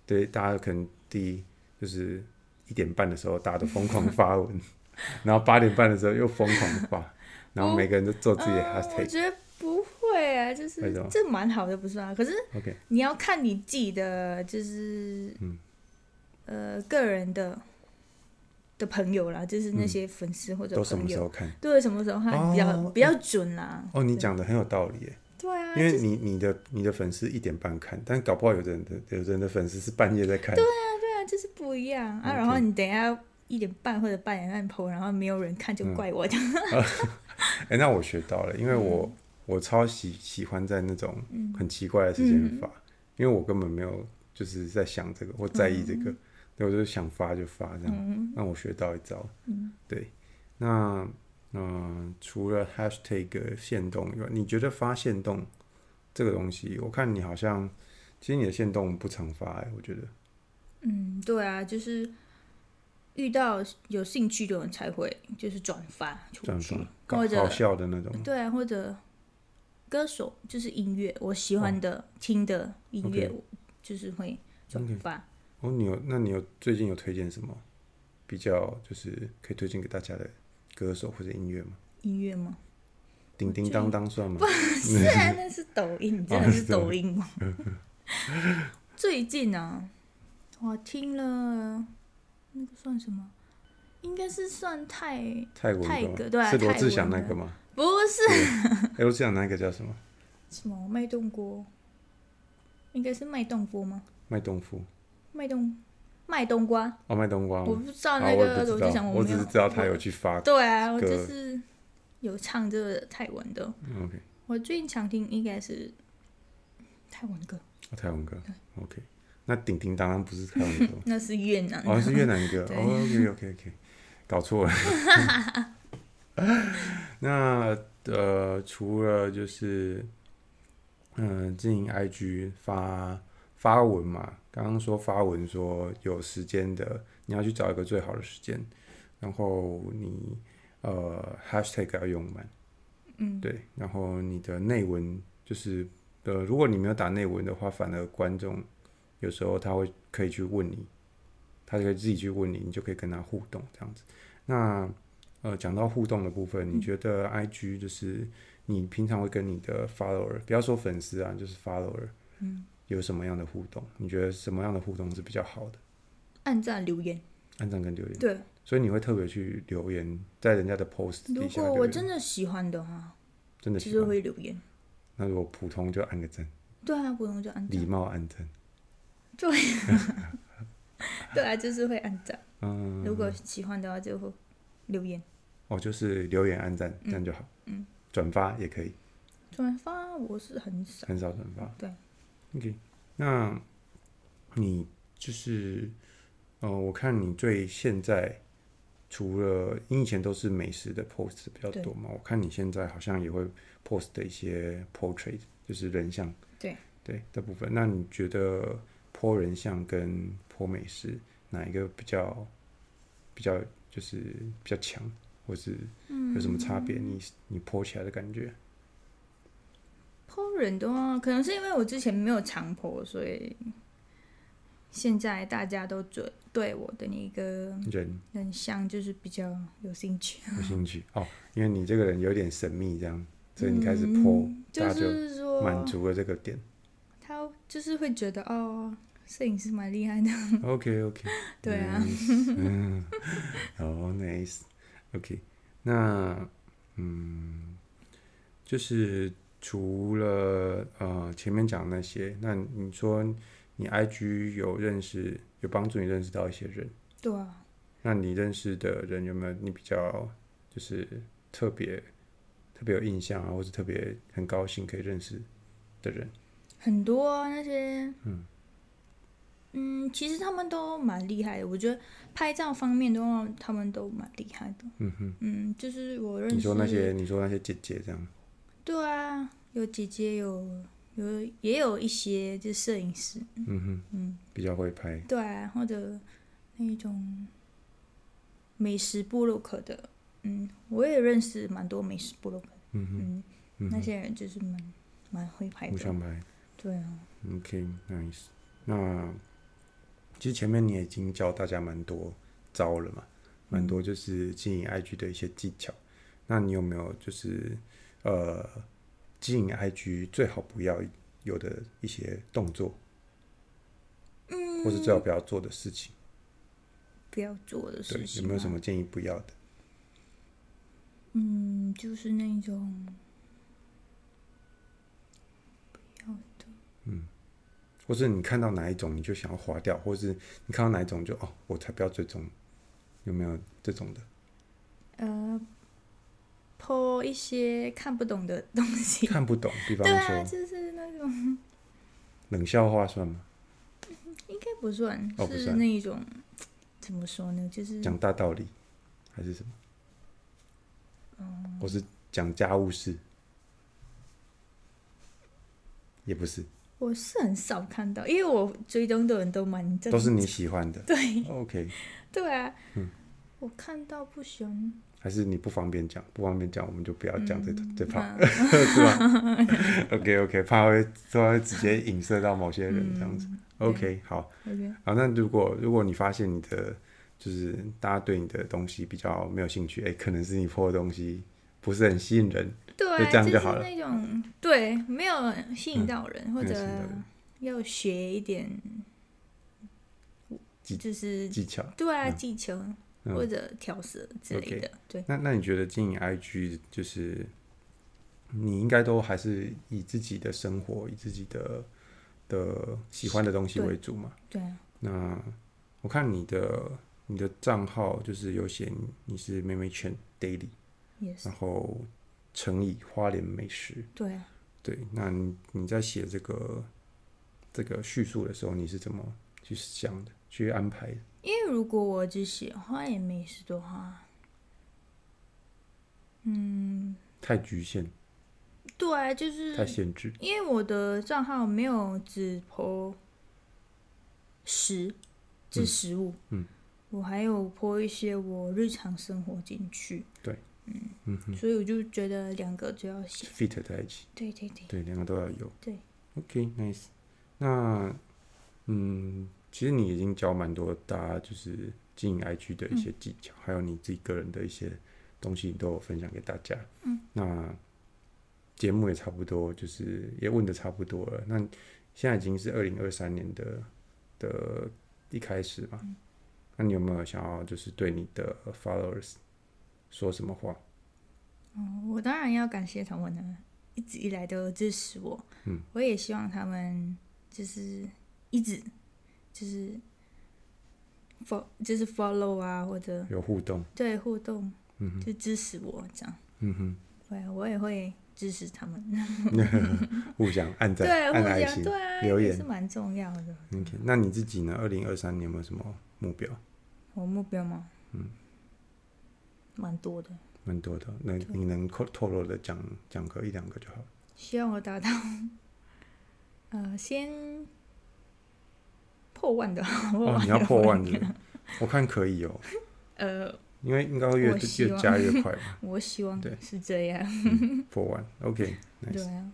Speaker 2: 对大家可能第一就是一点半的时候大家都疯狂发文， 然后八点半的时候又疯狂
Speaker 3: 哦
Speaker 2: 发，然后每个人都做自己的
Speaker 3: 嗯我
Speaker 2: hashtag。
Speaker 3: 觉得不会啊，就
Speaker 2: 为
Speaker 3: 是
Speaker 2: 什么
Speaker 3: 这蛮好的，不是吗？可是
Speaker 2: OK，
Speaker 3: 你要看你自己的，就是、
Speaker 2: 嗯
Speaker 3: 呃个人的的朋友啦，就是那些粉丝或者
Speaker 2: 嗯都什
Speaker 3: 朋
Speaker 2: 么时
Speaker 3: 友，
Speaker 2: 候看？
Speaker 3: 对什么时候还比较、
Speaker 2: 哦
Speaker 3: 比较准啦。
Speaker 2: 哦，你讲的很有道理耶，
Speaker 3: 对啊，
Speaker 2: 因为
Speaker 3: 就是
Speaker 2: 你你的你的粉丝一点半看，但搞不好有的人的有的人的粉丝是半夜在看。对，
Speaker 3: 对啊，就是不一样啊。
Speaker 2: OK
Speaker 3: 然后你等一下一点半或者半点半剖，然后没有人看
Speaker 2: 嗯
Speaker 3: 就怪我的。
Speaker 2: 哎、那我学到了，因为我、我超喜喜欢在那种很奇怪的时间发，因为我根本没有就是在想这个或在意这个，对我就想发就发这样。那我学到一招，对。那嗯、呃除了 hashtag 限动以外，你觉得发限动这个东西，我看你好像其实你的限动不常发、欸，我觉得
Speaker 3: 嗯，对啊，就是遇到有兴趣的人才会就是转发出
Speaker 2: 转
Speaker 3: 去
Speaker 2: 发，搞
Speaker 3: 或者
Speaker 2: 好笑的那种。
Speaker 3: 对啊，或者歌手就是音乐，我喜欢的、听的音乐
Speaker 2: 哦 OK
Speaker 3: 我就是会转发。
Speaker 2: 哦，你有那你有最近有推荐什么比较就是可以推荐给大家的歌手或者音乐吗？
Speaker 3: 音乐吗？
Speaker 2: 叮叮当当算吗？
Speaker 3: 是啊，那是抖音，你真的是抖音吗？最近啊，我听了那个算什么？应该是算泰，
Speaker 2: 泰国
Speaker 3: 泰
Speaker 2: 的
Speaker 3: 国
Speaker 2: 歌
Speaker 3: 对
Speaker 2: 吗？
Speaker 3: 啊
Speaker 2: 是罗
Speaker 3: 泰
Speaker 2: 志
Speaker 3: 国
Speaker 2: 祥那
Speaker 3: 的
Speaker 2: 个吗？
Speaker 3: 不是
Speaker 2: 哎，罗志祥那个叫什么？
Speaker 3: 什么麦动锅，应该是麦动锅吗？
Speaker 2: 麦冬夫
Speaker 3: 麦动麦冬瓜，
Speaker 2: 哦，麦冬瓜
Speaker 3: 我
Speaker 2: 吗？
Speaker 3: 不知道
Speaker 2: 啊，
Speaker 3: 那
Speaker 2: 我也
Speaker 3: 个
Speaker 2: 不
Speaker 3: 罗
Speaker 2: 知
Speaker 3: 志祥，
Speaker 2: 道，我
Speaker 3: 没
Speaker 2: 只
Speaker 3: 有
Speaker 2: 是知道他有去发。
Speaker 3: 对啊，我
Speaker 2: 歌
Speaker 3: 就是有唱这个泰文的。
Speaker 2: 嗯 OK，
Speaker 3: 我最近常听应该是泰文歌，
Speaker 2: 哦台湾歌，OK。那鼎鼎当然不是台湾歌，
Speaker 3: 那是越南的。
Speaker 2: 哦，是越南 歌。
Speaker 3: 对
Speaker 2: 哦，OK OK OK，搞错了。 那呃，除了就是嗯、经营 IG 发发文嘛，刚刚说发文说有时间的，你要去找一个最好的时间，然后你呃 Hashtag 要用满，
Speaker 3: 嗯，
Speaker 2: 对，然后你的内文就是呃，如果你没有打内文的话，反而观众有时候他会可以去问你，他可以自己去问你，你就可以跟他互动这样子。那呃，讲到互动的部
Speaker 3: 嗯
Speaker 2: 分，你觉得 I G 就是你平常会跟你的 follower，不要说粉丝啊，就是 follower，
Speaker 3: 嗯，
Speaker 2: 有什么样的互动？你觉得什么样的互动是比较好的？
Speaker 3: 按赞留言。
Speaker 2: 按赞跟留言，
Speaker 3: 对，
Speaker 2: 所以你会特别去留言，在人家的 post
Speaker 3: 如
Speaker 2: 底下
Speaker 3: 果
Speaker 2: 留
Speaker 3: 我
Speaker 2: 言
Speaker 3: 真的喜欢的话，
Speaker 2: 真的
Speaker 3: 就
Speaker 2: 喜
Speaker 3: 是
Speaker 2: 欢，
Speaker 3: 会留言。
Speaker 2: 那如果普通就按个赞，
Speaker 3: 对啊，不用就按
Speaker 2: 礼
Speaker 3: 赞。
Speaker 2: 貌按赞，
Speaker 3: 对啊，就是会按赞。
Speaker 2: 嗯，
Speaker 3: 如果喜欢的话，就会留言、
Speaker 2: 哦，就是留言按赞，这样就好。
Speaker 3: 嗯，
Speaker 2: 转发也可以，
Speaker 3: 转发。我是很少。
Speaker 2: 很少转发。
Speaker 3: 对
Speaker 2: ，OK，那你就是，呃，我看你对现在除了你以前都是美食的 post 比较
Speaker 3: 对
Speaker 2: 多嘛，我看你现在好像也会 post 的一些 portrait，就是人像。
Speaker 3: 对
Speaker 2: 对的部分，那你觉得 po 人像跟 po 美食哪一个比较比较就是比较强，或是
Speaker 3: 嗯
Speaker 2: 有什么差别？你你 po 起来的感觉？
Speaker 3: Po 人的话，可能是因为我之前没有常 Po，所以现在大家都对对我的那个
Speaker 2: 人
Speaker 3: 人像就是比较有兴趣。
Speaker 2: 有兴趣哦，因为你这个人有点神秘，这样，所以你开始 po，、
Speaker 3: 就
Speaker 2: 大家就是
Speaker 3: 说
Speaker 2: 满足了这个点。
Speaker 3: 他就是会觉得哦，摄影师蛮厉害的。
Speaker 2: OK OK，
Speaker 3: 对啊
Speaker 2: nice，嗯，哦 nice，OK，、那嗯，就是除了呃前面讲那些，那你说你 IG 有认识，有帮助你认识到一些人，
Speaker 3: 对啊，
Speaker 2: 那你认识的人有没有你比较就是特别特别有印象啊，或是特别很高兴可以认识的人？
Speaker 3: 很多啊那些
Speaker 2: 嗯
Speaker 3: 嗯，其实他们都蛮厉害的。我觉得拍照方面的话，他们都蛮厉害的。
Speaker 2: 嗯哼，
Speaker 3: 嗯，就是我认识
Speaker 2: 你说那些你说那些姐姐这样，
Speaker 3: 对啊，有姐姐有有也有一些就是摄影师，
Speaker 2: 嗯哼，
Speaker 3: 嗯，
Speaker 2: 比较会拍。
Speaker 3: 对啊，或者那种美食部落客的，嗯，我也认识蛮多美食部落客，
Speaker 2: 嗯哼，
Speaker 3: 嗯，
Speaker 2: 嗯
Speaker 3: 那
Speaker 2: 哼
Speaker 3: 些人就是蛮蛮会拍
Speaker 2: 互
Speaker 3: 的，
Speaker 2: 相拍。
Speaker 3: 对啊，
Speaker 2: OK，nice。那其实前面你也已经教大家蛮多招了嘛，蛮
Speaker 3: 嗯
Speaker 2: 多就是经营 IG 的一些技巧。那你有没有就是呃，经营 IG 最好不要有的一些动作，
Speaker 3: 嗯，
Speaker 2: 或是最好不要做的事情？
Speaker 3: 不要做的
Speaker 2: 对
Speaker 3: 事，情，啊
Speaker 2: 有没有什？么建议不要的？
Speaker 3: 嗯，就是那种不要的，
Speaker 2: 或是你看到哪一种你就想要划掉，或是你看到哪一种就哦，我才不要追踪，有没有这种的？
Speaker 3: 呃。po 一些看不懂的东西，
Speaker 2: 看不懂， 比方
Speaker 3: 对啊，
Speaker 2: 说
Speaker 3: 就是那种
Speaker 2: 冷笑话算吗？
Speaker 3: 应该不算，
Speaker 2: 哦不
Speaker 3: 是
Speaker 2: 算
Speaker 3: 那一种怎么说呢？就是
Speaker 2: 讲大道理还是什么？或是讲家务事，也不是，
Speaker 3: 我是很少看到，因为我追踪的人都蛮正
Speaker 2: 都是你嗯喜欢的。
Speaker 3: 对
Speaker 2: OK，
Speaker 3: 对啊，我看到不喜欢
Speaker 2: 还是你不方便讲，不方便讲，我们就不要讲这、这 怕
Speaker 3: 啊
Speaker 2: 是吧？OK OK，怕会怕会直接影射到某些人
Speaker 3: 嗯
Speaker 2: 这样子。OK，好，
Speaker 3: ，OK，
Speaker 2: 好，那如果如果你发现你的就是大家对你的东西比较没有兴趣，哎、可能是你破的东西不是很吸引人，
Speaker 3: 对啊，
Speaker 2: 就这样就
Speaker 3: 就
Speaker 2: 好了嗯
Speaker 3: 是那种对没有吸引到人，或
Speaker 2: 没
Speaker 3: 者
Speaker 2: 有吸引到人
Speaker 3: 要学一点，
Speaker 2: 技
Speaker 3: 就是
Speaker 2: 技巧。
Speaker 3: 对啊
Speaker 2: 嗯
Speaker 3: 技巧
Speaker 2: 嗯
Speaker 3: 或者调色之类的，对，
Speaker 2: 那那你觉得经营 IG 就是你应该都还是以自己的生活、以自己的的喜欢的东西
Speaker 3: 对
Speaker 2: 为主嘛？
Speaker 3: 对啊，
Speaker 2: 那我看你的你的账号就是有写你你是妹妹圈 daily，
Speaker 3: 也是
Speaker 2: 然后乘以花莲美食。
Speaker 3: 对啊，
Speaker 2: 对，那你你在写这个这个叙述的时候，你是怎么去想的、去安排的？
Speaker 3: 因为如果我只写花也没事的话，嗯，
Speaker 2: 太局限、
Speaker 3: 对啊，就是
Speaker 2: 太限制，
Speaker 3: 因为我的账号没有只剖食，这食物，
Speaker 2: 嗯
Speaker 3: 我还有剖一些我日常生活进去，
Speaker 2: 嗯哼
Speaker 3: 所以我就觉得两个都要写，
Speaker 2: ，fit 在一起，
Speaker 3: 对对对，
Speaker 2: 对，两个都要有。
Speaker 3: 对
Speaker 2: ，OK，nice、那嗯，其实你已经教蛮多大家就是经营 IG 的一
Speaker 3: 嗯
Speaker 2: 些技巧，还有你自己个人的一些东西，你都有分享给大家。嗯，那节目也差不多，就是也问的差不多了。那现在已经是二零二三年的的一开始嘛，
Speaker 3: 嗯
Speaker 2: 那你有没有想要就是对你的 followers 说什么话？
Speaker 3: 嗯我当然要感谢他们呢，一直以来都支持我，
Speaker 2: 嗯，
Speaker 3: 我也希望他们就是一直就是 fo 就是 follow 啊，或者
Speaker 2: 有互动？
Speaker 3: 对互动
Speaker 2: 嗯哼，
Speaker 3: 就支持我这样，
Speaker 2: 嗯哼。
Speaker 3: 对啊我也会支持他们。
Speaker 2: 互相按赞，
Speaker 3: 对，
Speaker 2: 按
Speaker 3: 互
Speaker 2: 爱
Speaker 3: 相
Speaker 2: 心，
Speaker 3: 对啊，
Speaker 2: 留
Speaker 3: 也
Speaker 2: 言
Speaker 3: 是蛮重要的。
Speaker 2: OK，那你自己呢？二零二三年有没有什么目标？
Speaker 3: 我目标吗？嗯，蛮多的，
Speaker 2: 蛮多的，那你能透透露的讲讲个一两个 就好。
Speaker 3: 希望我达到，呃，先破万的，破
Speaker 2: 哦，
Speaker 3: 万
Speaker 2: 你要
Speaker 3: 的
Speaker 2: 破
Speaker 3: 目
Speaker 2: 万
Speaker 3: 标
Speaker 2: 的，我看可以哦，
Speaker 3: 呃，
Speaker 2: 因为应该会越
Speaker 3: 我希
Speaker 2: 越
Speaker 3: 望，
Speaker 2: 加越快嘛
Speaker 3: 我希望
Speaker 2: 对
Speaker 3: 是这样。
Speaker 2: 破万。OK，nice，、
Speaker 3: 对啊，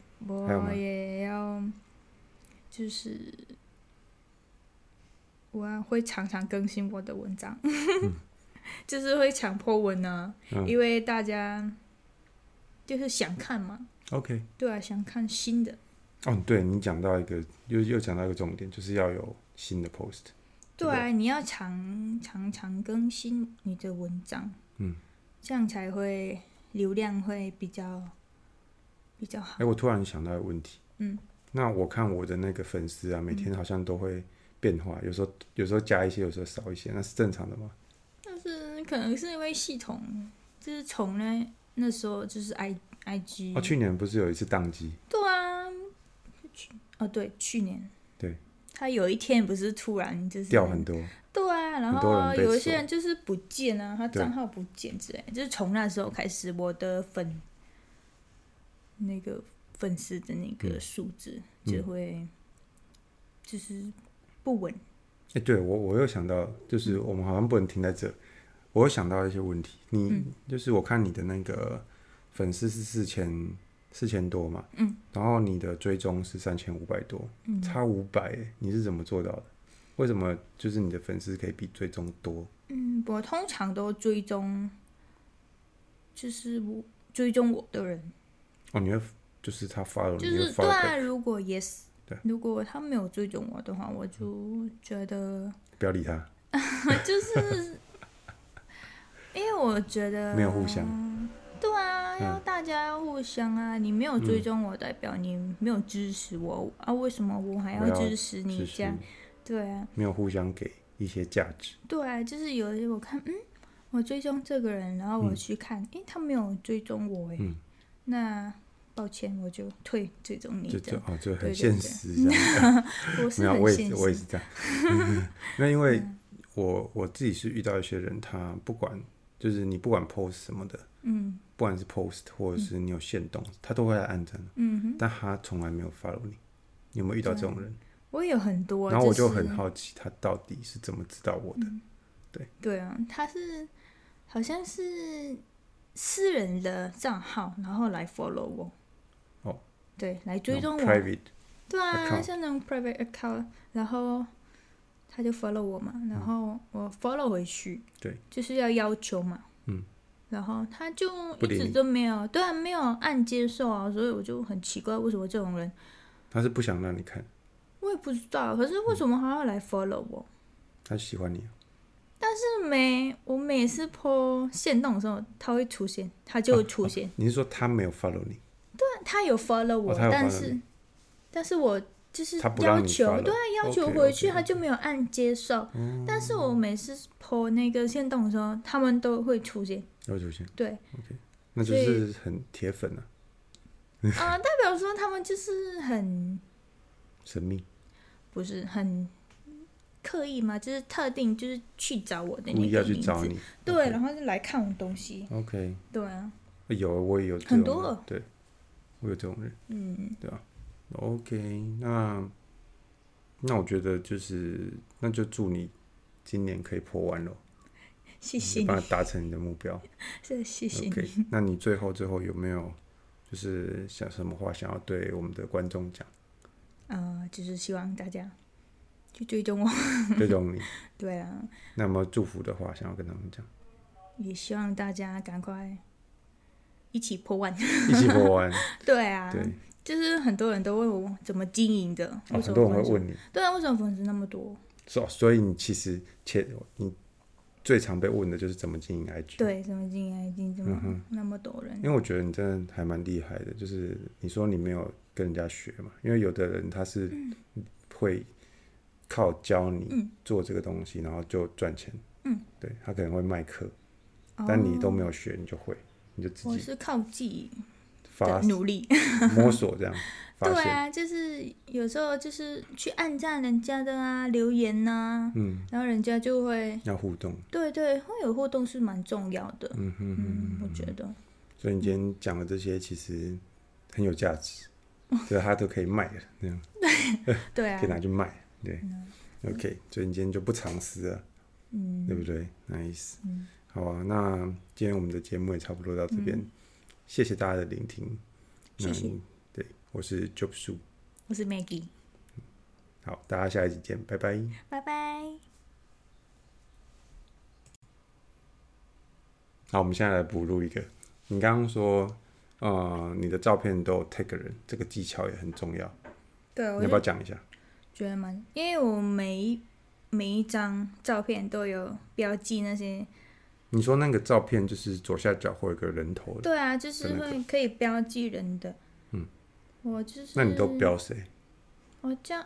Speaker 2: 还有吗
Speaker 3: 我也要，就是我要会常常更新我的文章， 就是会强迫文呢、
Speaker 2: 嗯
Speaker 3: 因为大家就是想看嘛，
Speaker 2: OK。
Speaker 3: 对啊，想看新的，
Speaker 2: 哦，对你讲到一个，又又讲到一个重点，就是要有新的 post。
Speaker 3: 对啊，你要常常常更新你的文章，
Speaker 2: 嗯，
Speaker 3: 这样才会流量会比较比较
Speaker 2: 哎、
Speaker 3: 好。
Speaker 2: 我突然想到一个问题，
Speaker 3: 嗯，
Speaker 2: 那我看我的那个粉丝啊，每天好像都会变化，有时候有时候加一些，有时候少一些，那是正常的吗？
Speaker 3: 但是可能是因为系统，就是从那那时候就是 i i g，、
Speaker 2: 哦，去年不是有一次宕机？
Speaker 3: 对啊，去哦对，去年
Speaker 2: 对，
Speaker 3: 他有一天不是突然就是
Speaker 2: 掉很多，
Speaker 3: 对啊，然
Speaker 2: 很多人
Speaker 3: 后
Speaker 2: 被
Speaker 3: 有一
Speaker 2: 锁
Speaker 3: 些人就是不见啊，他
Speaker 2: 对
Speaker 3: 账号不见之类，就是从那时候开始，我的粉那个粉丝的那个
Speaker 2: 嗯
Speaker 3: 数字
Speaker 2: 嗯
Speaker 3: 就会就是不稳。
Speaker 2: 哎、对我我又想到，就是
Speaker 3: 嗯
Speaker 2: 我们好像不能停在这，我又想到一些问题。你、
Speaker 3: 嗯
Speaker 2: 就是我看你的那个粉丝是四千四千多嘛，
Speaker 3: 嗯，
Speaker 2: 然后你的追踪是三千五百多，
Speaker 3: 嗯
Speaker 2: 差五百，你是怎么做到的？为什么就是你的粉丝可以比追踪多？
Speaker 3: 嗯，我通常都追踪，就是我追踪我的人，
Speaker 2: 哦，你会就是他发了，
Speaker 3: 就
Speaker 2: 你
Speaker 3: 是
Speaker 2: 会发
Speaker 3: 对啊，
Speaker 2: 了，
Speaker 3: 如果 yes，
Speaker 2: 对
Speaker 3: 如果他没有追踪我的话，我就觉得
Speaker 2: 不要理他，
Speaker 3: 就是，因为我觉得
Speaker 2: 没有互相。
Speaker 3: 嗯对啊，
Speaker 2: 嗯
Speaker 3: 要大家要互相啊！你没有追踪我，代表你没有支持我啊？为什么我还
Speaker 2: 我
Speaker 3: 要
Speaker 2: 要
Speaker 3: 支持你
Speaker 2: 只
Speaker 3: 这
Speaker 2: 是
Speaker 3: 样？对啊，
Speaker 2: 没有互相给一些价值。
Speaker 3: 对啊，就是有一些我看，嗯，我追踪这个人，然后我去看，诶，他没有追踪我，诶，
Speaker 2: 嗯
Speaker 3: 那抱歉，我就退追踪你
Speaker 2: 就
Speaker 3: 这
Speaker 2: 就
Speaker 3: 样。
Speaker 2: 哦，就很
Speaker 3: 对对
Speaker 2: 现
Speaker 3: 对
Speaker 2: 实这样。
Speaker 3: 我
Speaker 2: 没
Speaker 3: 是
Speaker 2: 有，
Speaker 3: 很
Speaker 2: 我也
Speaker 3: 现
Speaker 2: 是，我也
Speaker 3: 实，嗯
Speaker 2: 是这样。 那因为我我自己是遇到一些人，他不管就是你不管 post 什么的，
Speaker 3: 嗯
Speaker 2: 不管是 post 或者是你有限动，他都会来按赞，
Speaker 3: 嗯哼，
Speaker 2: 但他从来没有 follow 你。你有没有遇到这种人？
Speaker 3: 我嗯有很多，
Speaker 2: 然后我就是很好奇，他到底是怎么知道我的？
Speaker 3: 对啊，他是好像是私人的账号，然后来 follow 我。
Speaker 2: 哦。
Speaker 3: 对，来追踪
Speaker 2: 那种
Speaker 3: 我。
Speaker 2: private
Speaker 3: 对啊，
Speaker 2: account
Speaker 3: 像那种 private account，然后他就 follow 我嘛，然后我 follow 回去。
Speaker 2: 嗯对。
Speaker 3: 就是要要求嘛。
Speaker 2: 嗯。
Speaker 3: 然后他就
Speaker 2: 不
Speaker 3: 一
Speaker 2: 理
Speaker 3: 直
Speaker 2: 你
Speaker 3: 都没有，对啊，没有按接受啊，所以我就很奇怪，为什么这种人，
Speaker 2: 他是不想让你看，
Speaker 3: 我也不知道，可是为什么还要来 follow 我？
Speaker 2: 他喜欢你，哦
Speaker 3: 是没，我每次 po 线动的时候，他会出现，他就会出现。
Speaker 2: 你是说他没有 follow 你？
Speaker 3: 他有 follow 我，
Speaker 2: 哦他有 follow
Speaker 3: 但
Speaker 2: 你
Speaker 3: 是但是我就是
Speaker 2: 他不
Speaker 3: 要
Speaker 2: 让你
Speaker 3: 求，
Speaker 2: follow
Speaker 3: 对啊，要求
Speaker 2: OK，哦
Speaker 3: 回去
Speaker 2: OK，
Speaker 3: 他就没有按接受。但是我每次 po 那个线动的时候，他们都会出现，
Speaker 2: 有出现，
Speaker 3: 对
Speaker 2: 那就
Speaker 3: 所以
Speaker 2: 是很铁粉啊，
Speaker 3: 啊、代表说他们就是很
Speaker 2: 神秘。
Speaker 3: 不是很刻意吗？就是特定就是去找我的
Speaker 2: 故
Speaker 3: 那
Speaker 2: 意要
Speaker 3: 个
Speaker 2: 去
Speaker 3: 名
Speaker 2: 找
Speaker 3: 字，
Speaker 2: 你。
Speaker 3: 对，然后就来看我东西，
Speaker 2: OK，
Speaker 3: 对啊，
Speaker 2: 有我也有这种
Speaker 3: 很
Speaker 2: 人
Speaker 3: 多哦
Speaker 2: 对，我有这种人。
Speaker 3: 嗯，
Speaker 2: OK，那那我觉得就是，那就祝你今年可以破万喽，
Speaker 3: 谢谢你，
Speaker 2: 帮他达成你的目标。
Speaker 3: 是谢谢你。
Speaker 2: OK，那你最后最后有没有就是想什么话想要对我们的观众讲？
Speaker 3: 呃，就是希望大家去追踪我。
Speaker 2: 对种你，
Speaker 3: 对啊，
Speaker 2: 那么祝福的话想要跟他们讲，
Speaker 3: 也希望大家赶快一起破万。
Speaker 2: 一起破万。
Speaker 3: 对啊，
Speaker 2: 对，
Speaker 3: 就是很多人都问我怎么经营的，
Speaker 2: 哦
Speaker 3: 为
Speaker 2: 很
Speaker 3: 什
Speaker 2: 多
Speaker 3: 么粉
Speaker 2: 人会
Speaker 3: 丝？
Speaker 2: 问你，
Speaker 3: 对啊，为什么粉丝那么多？
Speaker 2: 所所以你其实切你最常被问的就是怎么经营 IG。，
Speaker 3: 对，怎么经营？经营怎
Speaker 2: 嗯哼
Speaker 3: 么那么多人？
Speaker 2: 因为我觉得你真的还蛮厉害的，就是你说你没有跟人家学嘛，因为有的人他是会靠教你
Speaker 3: 嗯
Speaker 2: 做这个东西，然后就赚钱。
Speaker 3: 嗯，
Speaker 2: 对他可能会卖课，但你都没
Speaker 3: 有，
Speaker 2: 有学，你就会，你就自
Speaker 3: 我
Speaker 2: 己
Speaker 3: 是靠自己
Speaker 2: 发
Speaker 3: 的努力。
Speaker 2: 摸索 这样发
Speaker 3: 对
Speaker 2: 现。
Speaker 3: 啊，就是有时候就是去按赞人家的啊，留言呐、
Speaker 2: 嗯，
Speaker 3: 然后人家就会，
Speaker 2: 要互动。
Speaker 3: 对对，会有互动是蛮重要的。
Speaker 2: 嗯哼哼
Speaker 3: 嗯，我觉得。
Speaker 2: 所以你今天讲的这些其实很有价 值，就是他都可以卖了，那样
Speaker 3: 对啊
Speaker 2: 可以，拿去卖。对，OK，所以你今天就不藏私了。
Speaker 3: 嗯，
Speaker 2: 对不对？Nice，、好啊。那今天我们的节目也差不多到这边，谢谢大家的聆听。
Speaker 3: 嗯谢谢
Speaker 2: 那对，我是 Job 树，
Speaker 3: 我是 Maggie，
Speaker 2: 好，大家下一集见，拜拜。
Speaker 3: 拜拜。
Speaker 2: 好，我们现在来补录一个。你刚刚说，呃，你的照片都有 tag 人，这个技巧也很重要，
Speaker 3: 对，
Speaker 2: 你
Speaker 3: 我
Speaker 2: 要不要
Speaker 3: 就
Speaker 2: 讲一下？
Speaker 3: 觉得蛮，因为我每一每一张照片都有标记那些，
Speaker 2: 你说那个照片就是左下角会有个人头的，
Speaker 3: 对啊，就是
Speaker 2: 那个
Speaker 3: 会可以标记人的。
Speaker 2: 嗯，
Speaker 3: 我就是
Speaker 2: 那你都标谁？
Speaker 3: 我这样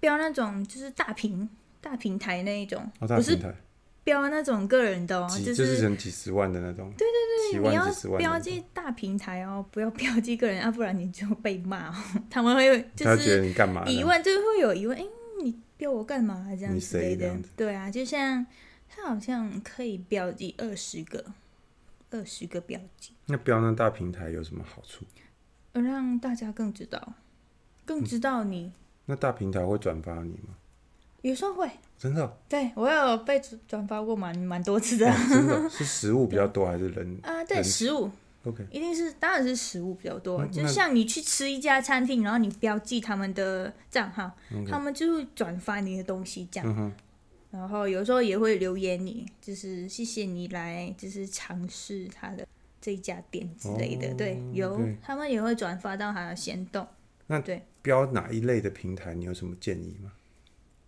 Speaker 3: 标那种就是大平大平台那一种，
Speaker 2: 哦，大
Speaker 3: 不是
Speaker 2: 平台，
Speaker 3: 标那种个人的哦，
Speaker 2: 几
Speaker 3: 就
Speaker 2: 就是
Speaker 3: 是
Speaker 2: 成几十万的那种，对对对，几
Speaker 3: 你
Speaker 2: 万
Speaker 3: 要
Speaker 2: 几十万的那
Speaker 3: 标
Speaker 2: 种，
Speaker 3: 记大平台哦，不要 标记个人啊，不然你就被骂哦， 他们会就
Speaker 2: 他觉
Speaker 3: 是
Speaker 2: 得你干嘛呢？
Speaker 3: 疑问，就是会有疑问，哎、你标我干嘛这样
Speaker 2: 你
Speaker 3: 之
Speaker 2: 谁
Speaker 3: 类
Speaker 2: 这
Speaker 3: 的
Speaker 2: 样子？
Speaker 3: 对啊，就像他好像可以标记二十个，二十个标记，
Speaker 2: 那标那大平台有什么好处？
Speaker 3: 呃让大家更知道，更知道你。
Speaker 2: 那大平台会转发你吗？
Speaker 3: 有时候会，
Speaker 2: 真的哦，
Speaker 3: 对我有被转转发过蛮蛮多次的。
Speaker 2: 哦真 的哦是食物比较多还是人
Speaker 3: 啊，对，
Speaker 2: 人
Speaker 3: 食物
Speaker 2: ？OK，
Speaker 3: 一定是，当然是食物比较多。啊
Speaker 2: 那
Speaker 3: 就
Speaker 2: 嗯那
Speaker 3: 像你去吃一家餐厅，然后你标记他们的账号
Speaker 2: 嗯 OK
Speaker 3: 他们就会转发你的东西这样。
Speaker 2: 嗯哼，
Speaker 3: 然后有时候也会留言你，就是谢谢你来，就是尝试他的这一家店之类的。
Speaker 2: 哦
Speaker 3: 对，有
Speaker 2: OK
Speaker 3: 他们也会转发到他的行动。
Speaker 2: 标哪一类的平台？你有什么建议吗？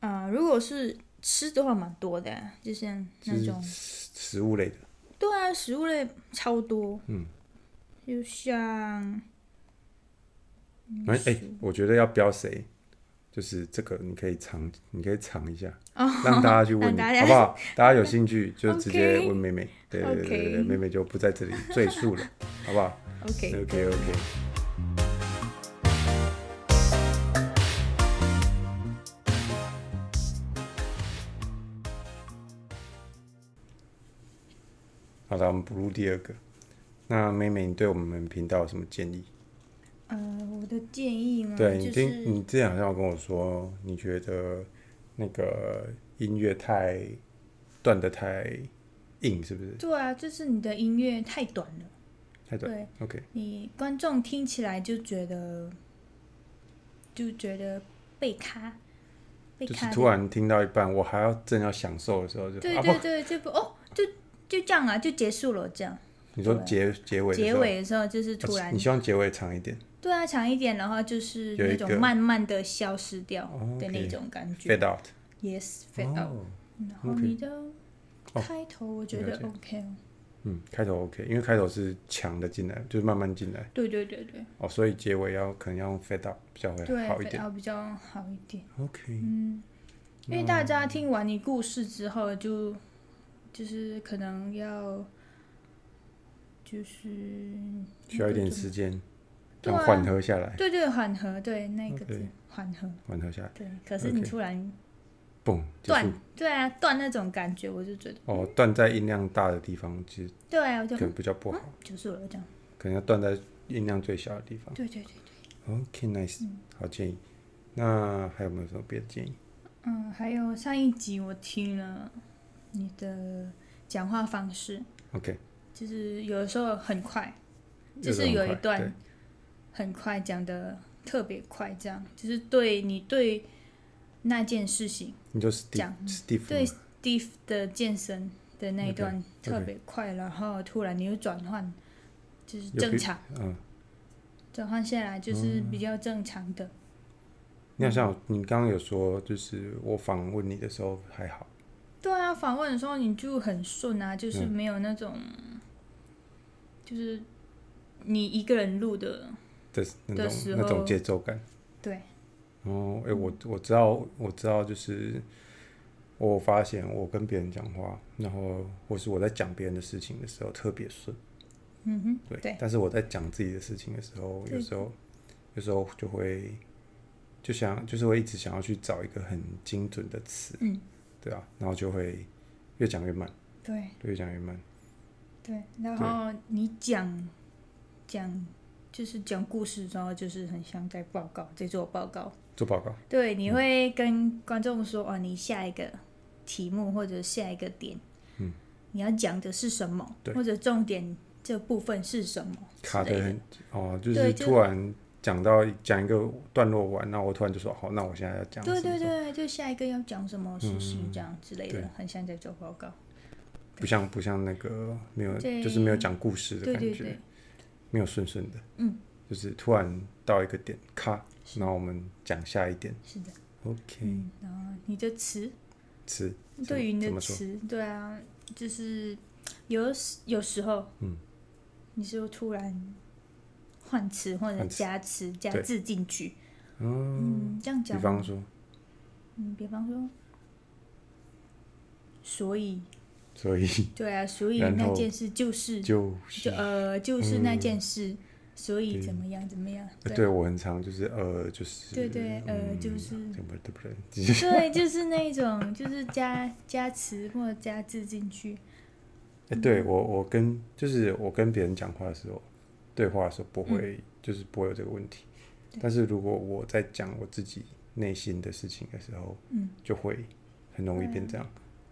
Speaker 3: 啊、如果是吃的话，蛮多的、就像
Speaker 2: 就
Speaker 3: 那
Speaker 2: 是
Speaker 3: 种，
Speaker 2: 食食物类的，
Speaker 3: 对啊，食物类超多。
Speaker 2: 嗯，
Speaker 3: 就像
Speaker 2: 哎、哎，我觉得要标谁，就是这个你可以藏，你可以藏一下，让大家去问
Speaker 3: 哦让
Speaker 2: 你，
Speaker 3: 大家
Speaker 2: 好不好？大家有兴趣就直 接
Speaker 3: OK
Speaker 2: 问妹妹，对对对对对，
Speaker 3: OK
Speaker 2: 妹妹就不在这里赘述了，好不好
Speaker 3: OK，
Speaker 2: ？OK OK。好了，我们补录第二个。那妹妹，你对我们频道有什么建议？
Speaker 3: 呃，我的建议吗？
Speaker 2: 对，
Speaker 3: 嗯
Speaker 2: 你
Speaker 3: 就
Speaker 2: 听，
Speaker 3: 是
Speaker 2: 你之前好像有跟我说，你觉得那个音乐太断的太硬，是不是？
Speaker 3: 对啊，就是你的音乐太短了，
Speaker 2: 太短。
Speaker 3: 对
Speaker 2: OK，
Speaker 3: 你观众听起来就觉得就觉得被卡，被
Speaker 2: 就是
Speaker 3: 卡
Speaker 2: 突
Speaker 3: 的，
Speaker 2: 然听到一半，我还要正要享受的时候就，
Speaker 3: 对
Speaker 2: 啊
Speaker 3: 对
Speaker 2: 不，
Speaker 3: 对，就不哦，就就这样啊，就结束了，这样。
Speaker 2: 你说
Speaker 3: 对
Speaker 2: 结结尾的时
Speaker 3: 结
Speaker 2: 候，
Speaker 3: 尾的时候就是
Speaker 2: 啊
Speaker 3: 突然
Speaker 2: 你，希望结尾长一点
Speaker 3: 对啊，长一点，然后就是
Speaker 2: 有一
Speaker 3: 那
Speaker 2: 个
Speaker 3: 种慢慢的消失掉
Speaker 2: 哦
Speaker 3: 的
Speaker 2: ，OK
Speaker 3: 那种感觉。
Speaker 2: ，fade out。
Speaker 3: Yes, fade out。
Speaker 2: 哦
Speaker 3: 然后
Speaker 2: OK
Speaker 3: 你的
Speaker 2: 哦
Speaker 3: 开头我觉
Speaker 2: 了
Speaker 3: 得
Speaker 2: 解
Speaker 3: OK，哦
Speaker 2: 嗯，开头 OK，因为开头是强的进来，就是慢慢进来
Speaker 3: 对对对对
Speaker 2: 哦，所以结尾要可能要用 fade out 比较会
Speaker 3: 对
Speaker 2: 好一
Speaker 3: ，fade
Speaker 2: 点。
Speaker 3: out 比较好一点。
Speaker 2: OK，
Speaker 3: 嗯，因为大
Speaker 2: 嗯
Speaker 3: 家听完你故事之后就，就是可能要，就是
Speaker 2: 需要一点
Speaker 3: 那个
Speaker 2: 时间。
Speaker 3: 怎么嗯对
Speaker 2: 这样
Speaker 3: 啊
Speaker 2: 缓和下来，
Speaker 3: 对对，缓和，对那个字
Speaker 2: OK
Speaker 3: 缓和，
Speaker 2: 缓和下来，
Speaker 3: 对。可是你
Speaker 2: OK
Speaker 3: 突然
Speaker 2: 嘣，结
Speaker 3: 断
Speaker 2: 束。
Speaker 3: 对啊，断那种感觉，我就觉得，
Speaker 2: 哦，断在音量大的地方，其实
Speaker 3: 对啊，我就
Speaker 2: 可能比较不好，
Speaker 3: 结束了，这样。
Speaker 2: 可能要断在音量最小的地方。
Speaker 3: 对对对，
Speaker 2: OK，nice，、好建议。那还有没有什么别的建议？
Speaker 3: 嗯，还有上一集我听了你的讲话方式
Speaker 2: OK
Speaker 3: 就是有的时候很快，就
Speaker 2: 有的
Speaker 3: 是
Speaker 2: 很
Speaker 3: 有一
Speaker 2: 快对
Speaker 3: 段很快讲的特别快，这样就是对你对那件事情。
Speaker 2: 你就 Steve
Speaker 3: 讲
Speaker 2: Steve
Speaker 3: 对
Speaker 2: 吗
Speaker 3: Steve 的健身的那一
Speaker 2: OK，
Speaker 3: 段特别快然后突然你又转换，就是
Speaker 2: 有
Speaker 3: 正常
Speaker 2: 嗯，
Speaker 3: 转换下来就是比较正常的。嗯
Speaker 2: 你好像有你刚刚有说，就是我访问你的时候还好，
Speaker 3: 对啊，访问的时候你就很顺啊，就是
Speaker 2: 嗯
Speaker 3: 没有那种，就是你一个人录的，
Speaker 2: 的那
Speaker 3: 的
Speaker 2: 种
Speaker 3: 时
Speaker 2: 那种
Speaker 3: 候嗯
Speaker 2: 节奏感。
Speaker 3: 对，
Speaker 2: 哦，哎、我我知道，我知道，就是我发现我跟别人讲话，然后或是我在讲别人的事情的时候特别顺，
Speaker 3: 嗯哼，
Speaker 2: 对。
Speaker 3: 对
Speaker 2: 但是我在讲自己的事情的时候，有
Speaker 3: 对
Speaker 2: 时候有时候就会就想就是会一直想要去找一个很精准的词，
Speaker 3: 嗯，
Speaker 2: 对啊，然后就会越讲越慢，
Speaker 3: 对
Speaker 2: 越讲越慢。
Speaker 3: 对，然后你讲讲就是讲故事之后，就是很像在报告，在做报告。
Speaker 2: 做报告，
Speaker 3: 对，你会跟观众说哦，你下一个题目或者下一个点，
Speaker 2: 嗯，
Speaker 3: 你要讲的是什么
Speaker 2: 对，
Speaker 3: 或者重点这部分是什么之
Speaker 2: 卡
Speaker 3: 类
Speaker 2: 的
Speaker 3: 的。
Speaker 2: 很哦，就
Speaker 3: 对
Speaker 2: 是
Speaker 3: 就
Speaker 2: 突然讲到讲一个段落完，那我突然就说好，那我现在要讲什么
Speaker 3: 对
Speaker 2: 什么嗯
Speaker 3: 对对，就下一个要讲什么事情这样之类
Speaker 2: 对
Speaker 3: 的，很像在做报告。
Speaker 2: 不像不像那个没有，
Speaker 3: 对
Speaker 2: 就是没有讲故事的
Speaker 3: 对
Speaker 2: 感
Speaker 3: 对
Speaker 2: 觉，
Speaker 3: 对，
Speaker 2: 没有顺顺的，
Speaker 3: 嗯，
Speaker 2: 就是突然到一个点，咔，然后我们讲下一点
Speaker 3: 是的。
Speaker 2: ，OK，
Speaker 3: 嗯，然后你的词，
Speaker 2: 吃，怎
Speaker 3: 对于你
Speaker 2: 怎
Speaker 3: 的
Speaker 2: 么说
Speaker 3: 词，对啊，就是有时有时候，
Speaker 2: 嗯，
Speaker 3: 你是会突然换词或者
Speaker 2: 换词
Speaker 3: 加词加
Speaker 2: 对
Speaker 3: 字进去，
Speaker 2: 嗯，
Speaker 3: 嗯，这样
Speaker 2: 比
Speaker 3: 讲
Speaker 2: 方说，
Speaker 3: 嗯，比方说，所以，
Speaker 2: 所 以
Speaker 3: 对啊，所以
Speaker 2: 然
Speaker 3: 那
Speaker 2: 后
Speaker 3: 件事就是
Speaker 2: 就
Speaker 3: 就，
Speaker 2: 是嗯
Speaker 3: 呃就是那件事，所以
Speaker 2: 对
Speaker 3: 怎么样怎么样，对
Speaker 2: 呃
Speaker 3: 啊
Speaker 2: 对我很常就是呃，就是，
Speaker 3: 对对呃就是
Speaker 2: 嗯怎么对不对？ 就是
Speaker 3: 对，就是那种就是加加词或者加字进去，
Speaker 2: 哎，对我我跟就是我跟别人讲话的时候，对话的时候不会，就是不会有这个问题。但是如果我在讲我自己内心的事情的时候，
Speaker 3: 嗯，
Speaker 2: 就会很容易变这样。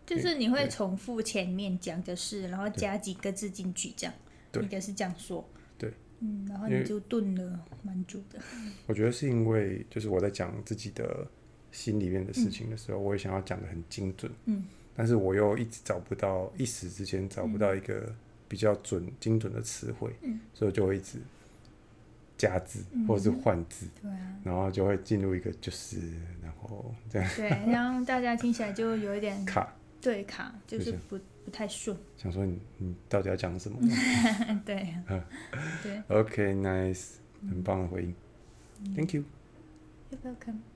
Speaker 3: 就是你会
Speaker 2: 对
Speaker 3: 重复前面讲的事，然后加几个字进去，这样，
Speaker 2: 对
Speaker 3: 应该是这样说，
Speaker 2: 对，
Speaker 3: 嗯，然后
Speaker 2: 因
Speaker 3: 你
Speaker 2: 为
Speaker 3: 就顿了蛮久的，
Speaker 2: 我觉得是因为就是我在讲自己的心里面的事情的时候，我也想要讲的很精准，
Speaker 3: 嗯，
Speaker 2: 但是我又一直找不到，一时之间找不到一个比较准、精准的词汇，
Speaker 3: 嗯，
Speaker 2: 所以我就会一直加字
Speaker 3: 嗯
Speaker 2: 或者是换字，
Speaker 3: 对啊，
Speaker 2: 然后就会进入一个就是然后这样
Speaker 3: 对，然后大家听起来就有一点
Speaker 2: 卡，
Speaker 3: 对卡，就
Speaker 2: 就是是
Speaker 3: 不不太顺，
Speaker 2: 想说你你到底要讲什么
Speaker 3: 对，啊对
Speaker 2: ？OK，nice，很棒的回应，Thank you。
Speaker 3: 嗯，You're welcome。